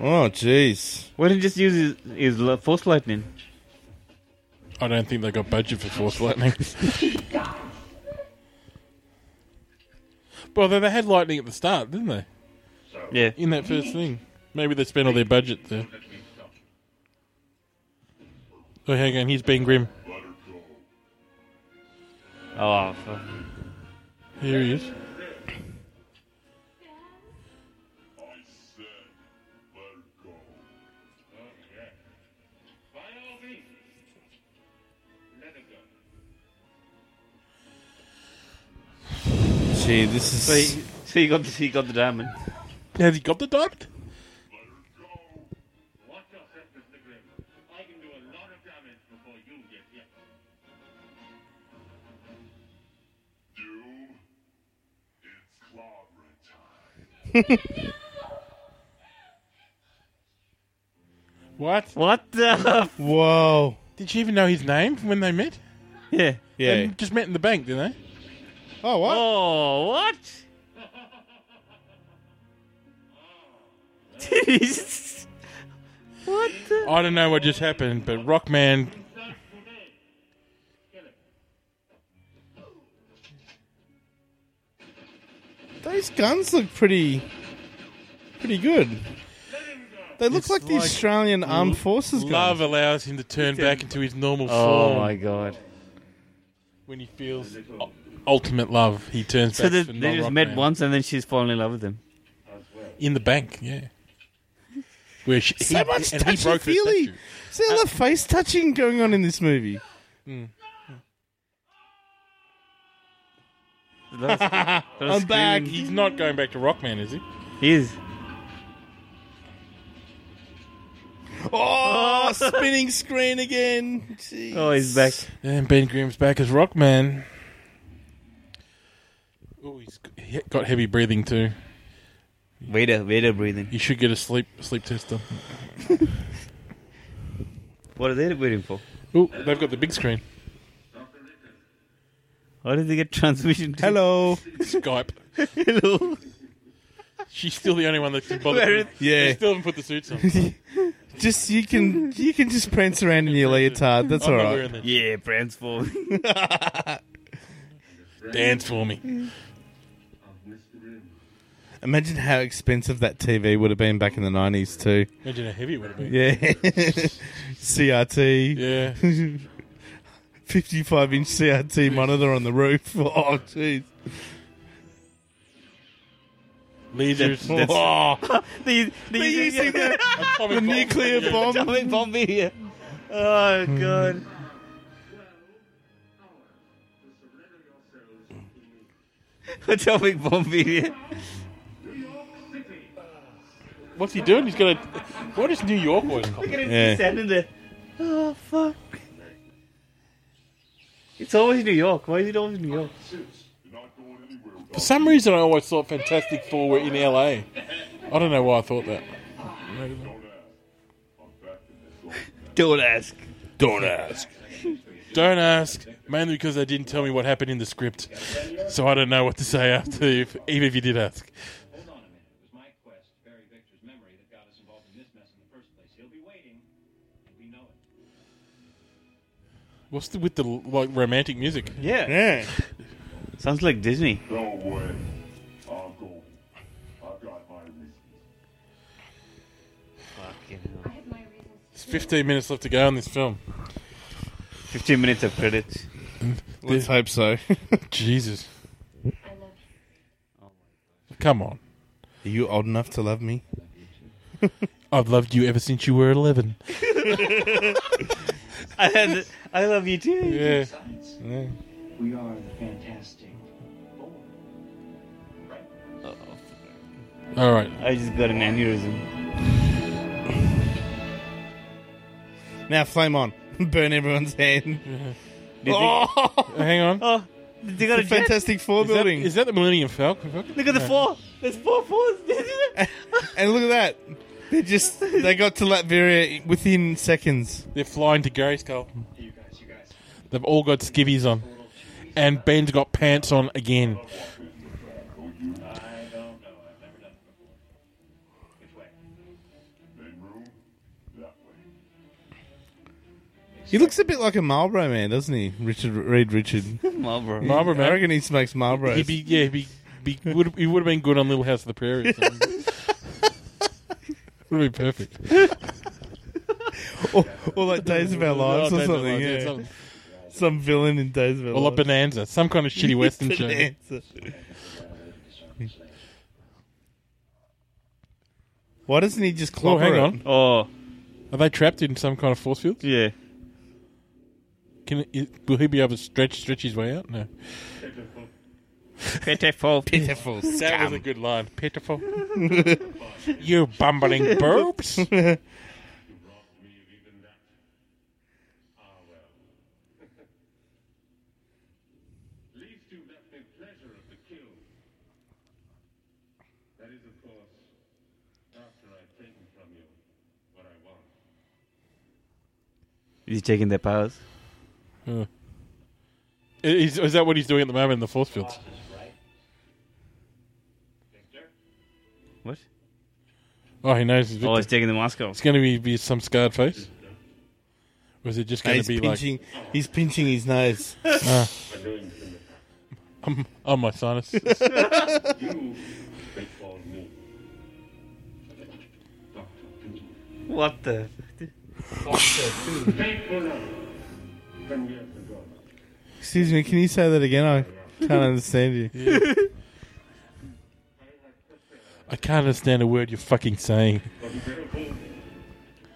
S2: Oh, jeez.
S4: Why didn't he just use his, his lo- force lightning?
S3: I don't think they got budget for Force Lightning. well, they they had lightning at the start, didn't they?
S4: Yeah.
S3: In that first thing, maybe they spent all their budget there. Oh, hang on, he's being grim.
S4: Oh, fuck.
S3: Here he is.
S5: I said, let go. Okay. Oh, By all means, let her go.
S2: Gee, this is.
S4: So he, so he got the, he got the diamond.
S3: Has he got the diamond?
S5: Let her go. Watch yourself, Mr. Grimm. I can do a lot of damage before you get here. Doom, it's clobber time.
S3: What?
S4: What the?
S2: Whoa.
S3: Did she even know his name from when they met?
S4: Yeah.
S2: Yeah.
S3: They just met in the bank, didn't they?
S2: oh, what?
S4: Oh, what? Jeez. what the?
S3: I don't know what just happened, but Rockman.
S2: Those guns look pretty. pretty good. They look
S3: It's
S2: like, the
S3: like
S2: Australian Armed Forces guns.
S3: Love allows him to turn back into his normal
S4: Oh
S3: form.
S4: my god.
S3: When he feels u- ultimate love, he turns
S4: So
S3: back
S4: they,
S3: to
S4: they just
S3: non-Rockman.
S4: met once and then she's fallen in love with him.
S3: in the bank. Yeah, where she,
S2: So
S3: he,
S2: much
S3: and he
S2: touchy
S3: broke her
S2: feely.
S3: statue.
S2: See
S3: Uh,
S2: all the face touching going on in this movie.
S4: I'm
S3: He's not going back to Rockman, is he?
S4: He is.
S2: Oh, spinning screen again. Jeez.
S4: Oh, he's back.
S3: And Ben Grimm's back as Rockman. Oh, he's g- he got heavy breathing too.
S4: Vader, Vader breathing.
S3: He should get a sleep sleep test done.
S4: What are they waiting for?
S3: Oh, they've got the big screen.
S4: How did they get transmission? To
S2: Hello.
S3: Skype.
S4: Hello.
S3: She's still the only one that can bother.
S4: Where
S3: to-
S4: is-
S2: Yeah.
S3: They still haven't put the suits on. That's
S2: Just you can you can just prance around in your leotard. That's
S3: I'm
S2: all
S3: not
S2: right.
S3: wearing that.
S4: Yeah, transform.
S3: Dance for me.
S2: Imagine how expensive that TV would have been back in the nineties too.
S3: Imagine how heavy it would have been.
S2: Yeah, CRT.
S3: Yeah.
S2: 55 inch CRT monitor on the roof. Oh, jeez.
S3: Lasers.
S4: That's-
S2: Oh,
S4: they, they
S2: they're using the,
S3: Atomic
S2: the
S3: bomb.
S2: nuclear bomb. Hmm.
S4: Atomic bomb here. Oh god. Atomic bomb here.
S3: What's he doing? He's got a. What is New York boys? called?
S2: Yeah.
S4: standing there. Oh fuck. It's always New York. Why is it always New York?
S3: For some reason, I always thought Fantastic Four were in LA. I don't know why I thought that.
S4: Don't ask.
S2: Don't ask.
S3: Don't ask. Mainly because they didn't tell me what happened in the script, so I don't know what to say after, if, even if you did ask.
S8: Hold on a minute. It was my quest to bury Victor's memory that got us involved in this mess in the first place. He'll be waiting, and we know it.
S3: What's the, with the like romantic music?
S4: Yeah.
S2: Yeah.
S4: Sounds like Disney.
S5: Don't worry. I'll go. I've got my reasons.
S4: Fucking
S6: I
S4: hell.
S6: have my reasons.
S3: There's 15 minutes left to go in this film.
S4: 15 minutes of credits.
S2: Let's hope so.
S3: Jesus.
S6: I love you.
S3: Come on.
S2: Are you old enough to love me?
S3: I've loved you ever since you were 11.
S4: I, had, I love you too.
S3: Yeah.
S7: Besides,
S3: yeah.
S7: we are the Fantastic Four.
S4: Oh,
S3: All right.
S4: I just got an aneurysm.
S2: Now flame on. Burn everyone's hand.
S4: Did they-
S2: Oh,
S3: Uh, hang on.
S4: oh, they got a jet?
S2: Fantastic Four
S3: Is that,
S2: building.
S3: is that the Millennium Falcon? Falcon?
S4: Look at the four. There's four fours.
S2: and look at that. They just they got to Latveria within seconds.
S3: They're flying to Grayskull.
S5: You guys, you guys.
S3: They've all got skivvies on. And Ben's got pants on again.
S5: I don't know. I've never done it before. Which way? Main room? That way.
S2: He looks a bit like a Marlboro man, doesn't he? Richard Reed Richard.
S4: Marlboro.
S3: Marlboro
S2: I
S3: man.
S2: reckon he smokes Marlboros.
S3: He'd be, yeah, he'd be, be would, he would have been good on Little House of the Prairie. Or something. would have been perfect.
S2: or, or like Days of Our Lives
S3: Oh,
S2: or
S3: Days of Our
S2: something.
S3: Lives,
S2: yeah.
S3: yeah, something.
S2: Some villain in Days of Our
S3: Or La
S2: Lives.
S3: Bonanza, some kind of shitty Western show.
S2: Bonanza. Why doesn't he just
S3: Oh,
S2: clobber
S3: hang
S2: it?
S3: on.
S4: Oh,
S3: Are they trapped in some kind of force field?
S4: yeah.
S3: Can i will he be able to stretch stretch his way out? No.
S4: Pitiful.
S2: Pitiful
S3: That was a good line. Pitiful. you bumbling boobs.
S5: Robbed me of even that. Ah, well. These two left me pleasure of the kill. That is, of course, after I've taken from you what I want.
S4: He's taking their powers.
S3: Is, is that what he's doing at the moment in the force fields?
S5: Victor?
S4: What?
S3: Oh, he knows. He's
S4: Oh,
S3: victim.
S4: he's taking the mask off.
S3: it's going to be, be some scarred face. Or is it just going
S2: He's
S3: to be
S2: pinching, he's pinching his nose.
S5: By doing this in the past,
S3: like, I'm, I'm "Oh, my sinus?
S5: you recall me. Dr. Doom.
S4: What the?
S5: Faithful now. Ten years ago.
S2: Excuse me, can you say that again? I can't understand you.
S3: I can't understand a word you're fucking saying.
S5: But we were bold.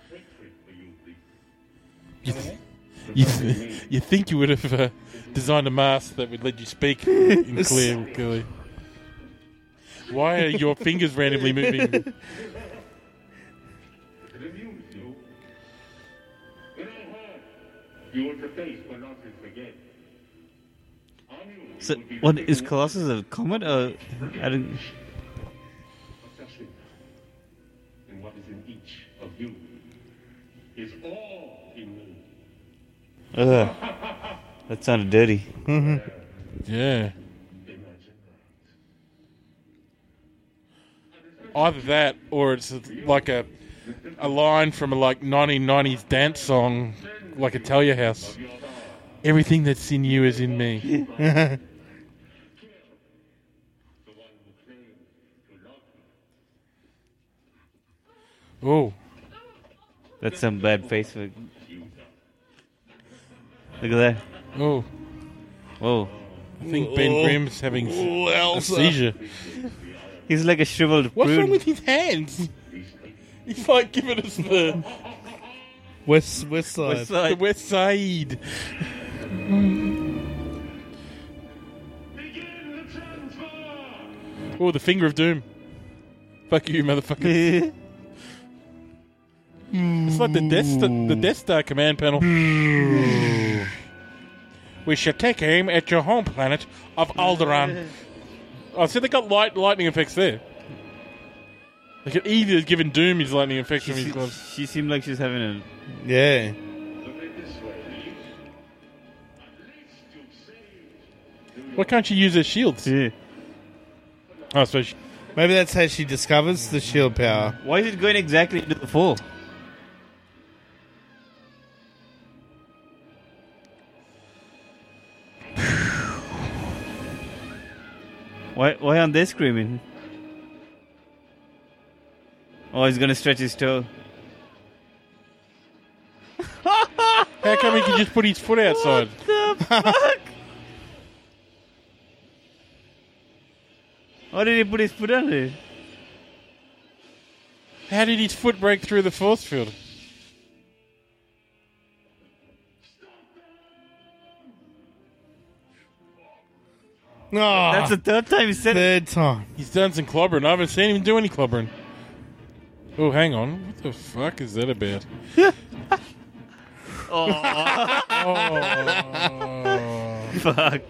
S5: Hatred for you, Victor.
S3: You, th- you, th- you think you would have uh, designed a mask that would let you speak in clear, clearly. Why are your fingers randomly moving?
S5: It amused you. When I heard you were the face where Nazis forget. I knew you
S4: So,
S5: would be
S4: what
S5: the
S4: is
S5: people-
S4: Colossus a comet? Or I don't.
S5: Assassin. And what is in each of you is all in me.
S4: Ugh. That sounded dirty.
S3: Yeah.
S5: Imagine that.
S3: Either that, or it's like a a line from a like 1990s dance song, like a Talia House. Everything that's in you is in me.
S5: The one who claimed to love me.
S3: Oh,
S4: That's some bad face for. Look at that.
S3: oh!
S4: Whoa.
S3: I think Ben Grimm's having s- a seizure.
S4: He's like a shriveled
S3: What's
S4: prune.
S3: wrong with his hands? He's like giving us the,
S2: West, west side.
S4: What's
S3: the
S4: like-
S3: West Side.
S5: Begin the transfer!
S3: Oh, the finger of doom. Fuck you, motherfucker. It's like the Death, Star- the Death Star command panel. we should take aim at your home planet of Alderaan. I see they got light lightning effects there. They could either have given Doom his lightning effects
S4: she,
S3: from his
S4: se-
S3: gloves.
S4: she seemed like she's having a.
S2: Yeah.
S5: Look at this way, Lee. At least you've saved
S3: Why can't she use her shields?
S4: Yeah.
S3: Oh, so she,
S2: Maybe that's how she discovers the shield power.
S4: Why is it going exactly into the four? Why, why aren't they screaming? Oh, he's gonna stretch his toe.
S3: How come he can just put his foot outside?
S4: Why did he put his foot on it?
S3: How did his foot break through the force field?
S2: No,
S4: That's the third time he said it.
S2: Oh, third time.
S3: He's done some clobbering. I haven't seen him do any clobbering. Oh, hang on. What the fuck is that about?
S4: Fuck.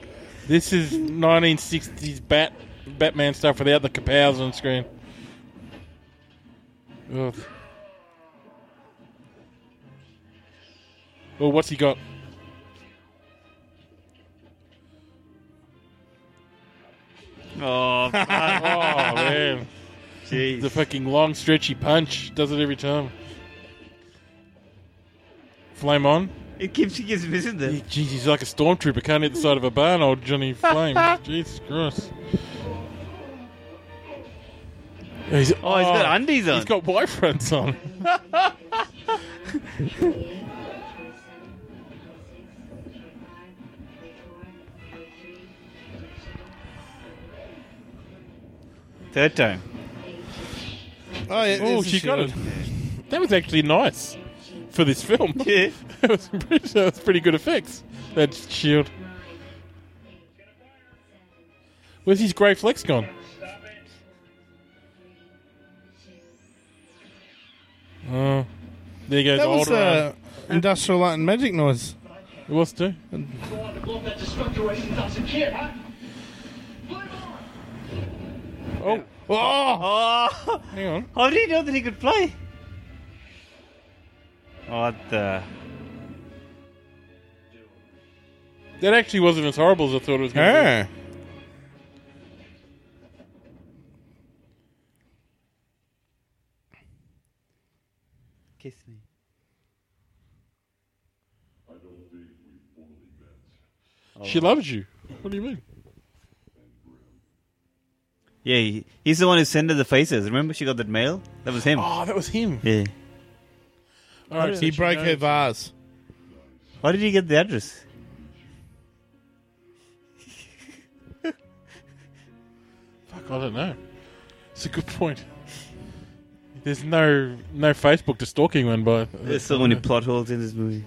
S3: This is 1960s Bat Batman stuff without the kapows on screen. Ugh. Oh, what's he got?
S4: Oh, fuck.
S3: Oh, man.
S4: Jeez.
S3: The fucking long, stretchy punch does it every time. Flame on.
S4: It keeps he keeps missing them.
S3: Jeez, he's like a stormtrooper. Can't hit the side of a barn, old Johnny Flame. Jesus Christ. He's,
S4: Oh, he's got undies on.
S3: He's got white fronts on.
S4: Third time.
S2: Oh, yeah,
S3: Oh,
S2: this is
S3: she got
S2: shit.
S3: it. That was actually nice for this film.
S4: Yeah.
S3: that, was pretty, that was pretty good effects. That shield. Where's his grey flex gone? Oh, there goes
S2: That
S3: the
S2: was
S3: old one.
S2: uh, industrial light and magic noise.
S3: It was too.
S5: Go on to blow up that destructor race and doesn't care, huh? Flame on!
S3: Oh,
S2: Oh,
S4: Oh,
S3: hang on.
S4: how did he know that he could play? What the?
S3: That actually wasn't as horrible as I thought it was going to
S2: yeah.
S4: Kiss me.
S3: be. She loves you. What do you mean?
S4: Yeah, he, he's the one who sent her the faces. Remember, she got that mail. That was him.
S3: Oh, that was him.
S4: Yeah.
S3: All right, so
S2: He
S3: she
S2: broke her
S3: knows.
S2: vase.
S4: How did he get the address?
S3: Fuck, I don't know. It's a good point. There's no no Facebook to stalking one by.
S4: There's so many plot holes in this movie.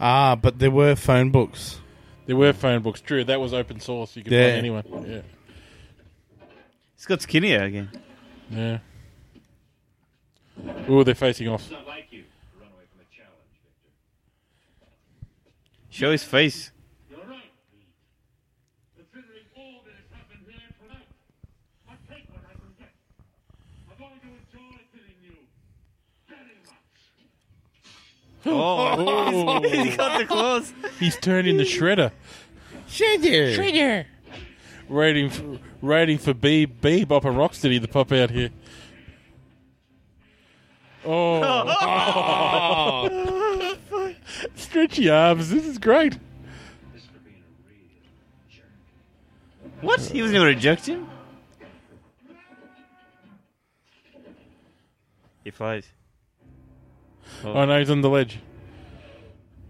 S2: Ah, but there were phone books.
S3: There were phone books. True, that was open source. You could
S2: Yeah.
S3: find anyone. Yeah,
S4: He's got skinnier again.
S3: yeah. Oh, they're facing off.
S8: Not like you to run away from a challenge, Victor.
S4: Show his face.
S8: You're right, Pete. Considering all that has happened here tonight, I take what I can get. I'm going to enjoy killing you very much.
S4: Oh,
S3: Oh,
S4: he got the claws.
S3: he's turning the shredder.
S2: Shredder.
S3: Shredder. Waiting for waiting for B B Bop and Rocksteady to pop out here. Oh, stretchy arms. This is great.
S8: This for being a real jerk.
S4: What? He was never rejected. him? He fight.
S3: Oh no, he's on the ledge.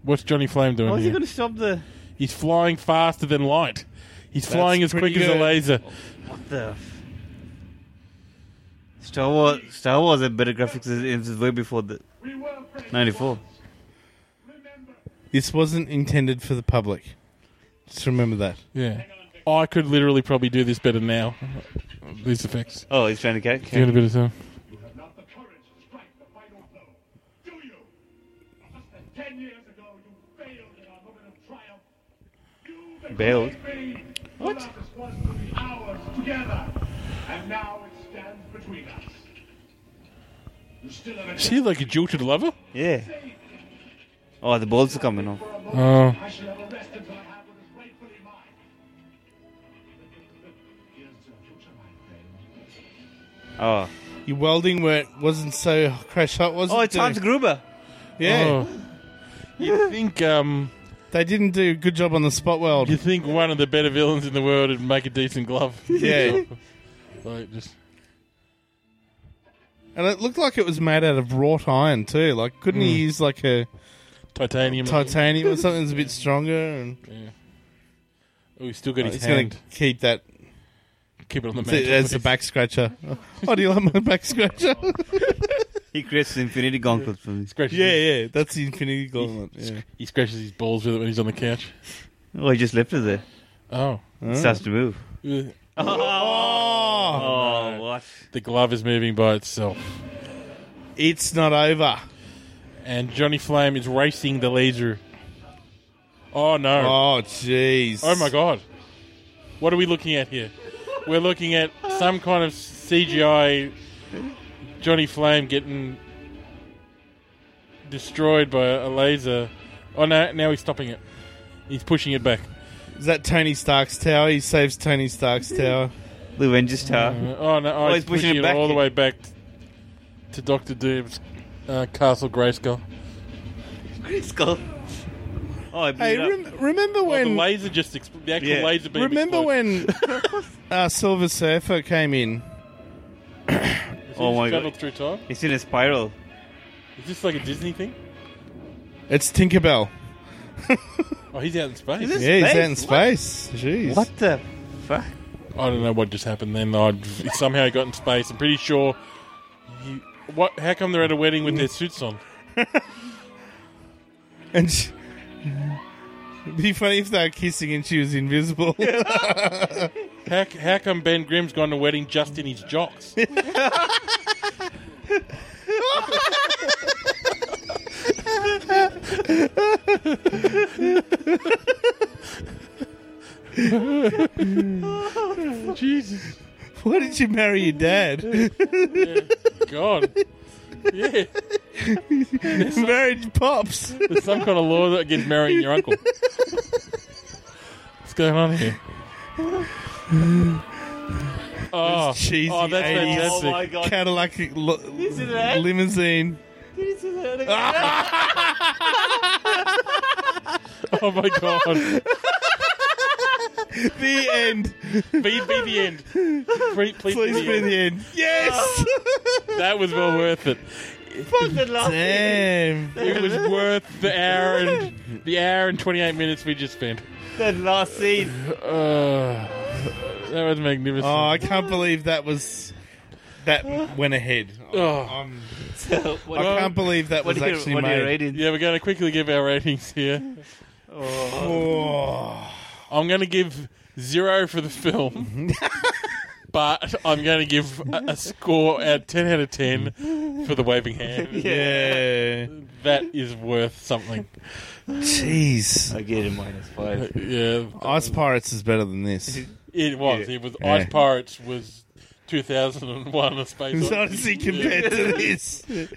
S3: What's Johnny Flame doing
S4: How is he
S3: here?
S4: going to stop the?
S3: He's flying faster than light. He's flying as quick
S2: pretty
S3: as a
S2: good.
S3: laser.
S4: What the? F- Star Wars. Star Wars had better graphics. It was way before the
S8: We were friends.
S4: '94.
S8: Remember,
S2: This wasn't intended for the public. Just remember that.
S3: Yeah. I could literally probably do this better now. These effects.
S4: Oh, he's trying to catch.
S3: Give it a bit of time.
S8: you have not the courage to strike the final blow, do you? Less than ten years ago, you failed in our moment of triumph. You betrayed
S4: Bailed?
S8: me. What? This was to be ours together, and now it stands between us. You still have a
S3: She's like a jilted lover.
S4: Yeah. Oh, the balls are coming off.
S3: Oh.
S8: I shall have a rest until I have what is rightfully mine. Here's to the future, my friend.
S4: Oh.
S2: Your welding work wasn't so crash hot, was
S4: Oh,
S2: it?
S4: it's Hans
S2: Dave?
S4: Gruber.
S2: Yeah.
S3: Oh. You Oh. think um
S2: They didn't do a good job on the spot world.
S3: You think one of the better villains in the world would make a decent glove?
S2: Yeah.
S3: like just
S2: And it looked like it was made out of wrought iron too. Like, couldn't
S3: Hmm.
S2: he use like a
S3: titanium.
S2: titanium or something that's a bit stronger? And
S3: Yeah. Oh, he's still got his
S2: he's going
S3: hand.
S2: to keep that
S3: Keep it on the mantle.
S2: as a back scratcher. Oh, do you like my back scratcher?
S4: He creates the Infinity Gauntlet for me.
S3: Scratches
S2: yeah,
S3: his-
S2: yeah. That's the Infinity Gauntlet. Yeah.
S3: He scratches his balls with it when he's on the couch.
S4: Oh, he just left it there.
S3: Oh.
S4: It starts to move.
S3: The
S4: Oh, what?
S3: glove is moving by itself.
S2: It's not over.
S3: And Johnny Flame is racing the laser. Oh, no.
S2: Oh, jeez.
S3: Oh, my God. What are we looking at here? We're looking at some kind of CGI Johnny Flame getting destroyed by a laser. Oh, no. Now he's stopping it. He's pushing it back.
S2: Is that Tony Stark's tower? He saves Tony Stark's tower.
S4: The Avengers Tower.
S3: Oh no! Oh,
S4: Oh,
S3: he's, pushing, it
S4: back.
S3: all the way back to Doctor Doom's uh, Castle Grayskull.
S4: Chris Cole. Oh, I
S2: Hey,
S4: hey,
S2: rem- remember
S3: Oh, the
S2: when?
S3: laser just expl- the actual
S4: Yeah.
S3: laser beam.
S2: remember
S3: exploded.
S2: when uh, Silver Surfer came in?
S3: Has he
S4: Oh
S3: just
S4: my God.
S3: travelled through time.
S4: It's in a spiral.
S3: Is this like a Disney thing?
S2: It's Tinkerbell.
S3: Oh, he's out in space.
S4: Is this-
S2: Yeah, he's
S4: Space?
S2: out in
S4: What?
S2: space. Jeez.
S4: What the fuck?
S3: I don't know what just happened then. I somehow he got in space. I'm pretty sure. He, what? How come they're at a wedding with their suits on?
S2: And she- it'd be funny if they were kissing and she was invisible.
S3: How, how come Ben Grimm's gone to a wedding just in his jocks? Jesus.
S2: Why did you marry your dad?
S3: God. Yeah.
S2: Married pops.
S4: Oh,
S3: There's some kind of law that against marrying your uncle. What's going on here? Oh,
S2: cheesy
S3: oh that's
S2: 80s.
S4: Oh
S3: fantastic.
S4: my god.
S2: Cadillac lo-
S4: it that?
S2: limousine.
S3: Oh my god.
S2: The end.
S3: Be, be the end. Please, please,
S2: Please
S3: be the
S2: be
S3: end.
S2: the end. Yes.
S3: That was well worth it.
S2: Damn.
S3: It was worth the hour and the hour and twenty eight minutes we just spent.
S4: That last scene.
S3: Uh, that was magnificent.
S2: Oh, I can't believe that was that went ahead.
S3: Oh.
S2: I'm-
S4: So, what,
S2: Um, I can't believe that
S4: what
S2: was
S4: do you,
S2: actually
S4: what do you
S2: made.
S4: rate it?
S3: yeah, we're going to quickly give our ratings here.
S2: Oh.
S3: I'm going to give zero for the film, but I'm going to give a, a score at ten out of ten for the waving hand.
S2: Yeah.
S3: That is worth something.
S2: Jeez.
S4: I get a minus five.
S3: Yeah,
S2: Ice Pirates is better than this.
S3: it was. It was
S2: Yeah.
S3: Ice Pirates was 2001: A Space
S2: It's honestly compared to this. Th-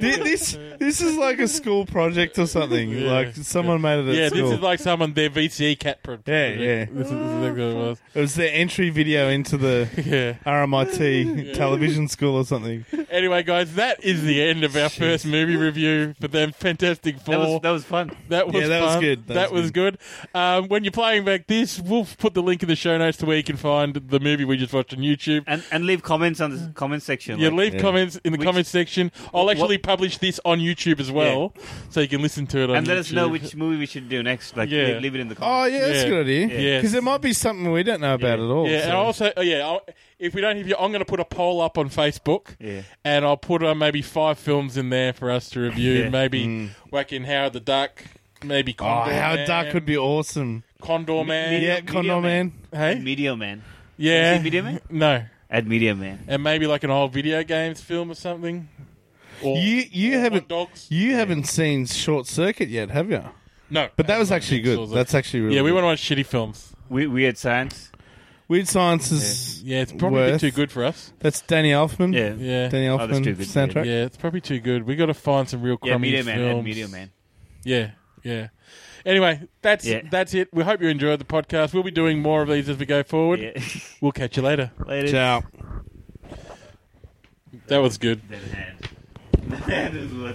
S2: this this is like a school project or something.
S3: Yeah.
S2: Like someone made it at
S3: Yeah,
S2: school.
S3: this is like someone their VCE cat. Pro-
S2: Yeah, yeah.
S3: This is exactly what it was.
S2: it was their entry video into the
S3: Yeah.
S2: RMIT television school or something.
S3: Anyway, guys, that is the end of our first movie review for them. Fantastic
S4: That
S3: Four.
S4: was, that was fun.
S3: That was
S2: Yeah, that was
S3: fun.
S2: good.
S3: That,
S2: That
S3: was,
S2: was
S3: good. Um, when you're playing back this, we'll put the link in the show notes to where you can find the movie we just watched on YouTube.
S4: And and leave comments on the comment section.
S3: Yeah,
S4: like-
S3: leave comments in the
S4: Which-
S3: comments section. I'll actually publish this on YouTube as well, so you can listen to it. on
S4: and let us know
S3: YouTube.
S4: which movie we should do next. Like,
S3: Yeah.
S4: leave, leave it in the
S2: Oh
S4: comments.
S2: yeah, that's
S3: Yeah.
S2: a good idea.
S3: Yeah.
S2: Because there might be something we don't know about at all.
S3: Yeah,
S2: so-
S3: and also, oh, yeah, I'll, if we don't have you, I'm going to put a poll up on Facebook.
S4: Yeah.
S3: And I'll put uh, maybe five films in there for us to review.
S4: Yeah.
S3: Maybe whack in Howard the Duck. Maybe
S2: Oh,
S3: Condor
S2: how
S3: Man.
S2: dark would be awesome.
S3: Condor Man.
S2: Yeah,
S4: Media
S2: Condor Man.
S4: Man.
S3: Hey?
S4: Media Man.
S3: Yeah.
S4: Is it Media Man?
S3: No.
S4: At Media Man.
S3: And maybe like an old video games film or something. Or,
S2: You you
S3: or
S2: haven't
S3: Dogs.
S2: you haven't seen Short Circuit yet, have you?
S3: no.
S2: But that was actually good. That's actually really
S3: Yeah, we
S2: good.
S3: want to watch shitty films.
S4: We, weird Science.
S2: Weird Science is
S3: Yeah, it's probably a bit
S2: Worth.
S3: too good for us.
S2: that's Danny Elfman.
S4: Yeah. Yeah,
S3: Yeah.
S2: Danny
S4: Oh, that's
S2: Elfman
S4: too good, yeah.
S2: soundtrack.
S3: Yeah, it's probably too good. we got to find some real crummy
S4: Media Man.
S3: films.
S4: At Media Man.
S3: Yeah, yeah. Anyway, that's
S4: Yeah.
S3: that's it. We hope you enjoyed the podcast. We'll be doing more of these as we go forward.
S4: Yeah.
S3: We'll catch you later.
S4: Later.
S2: Ciao.
S3: That was good.
S4: That hand. That is what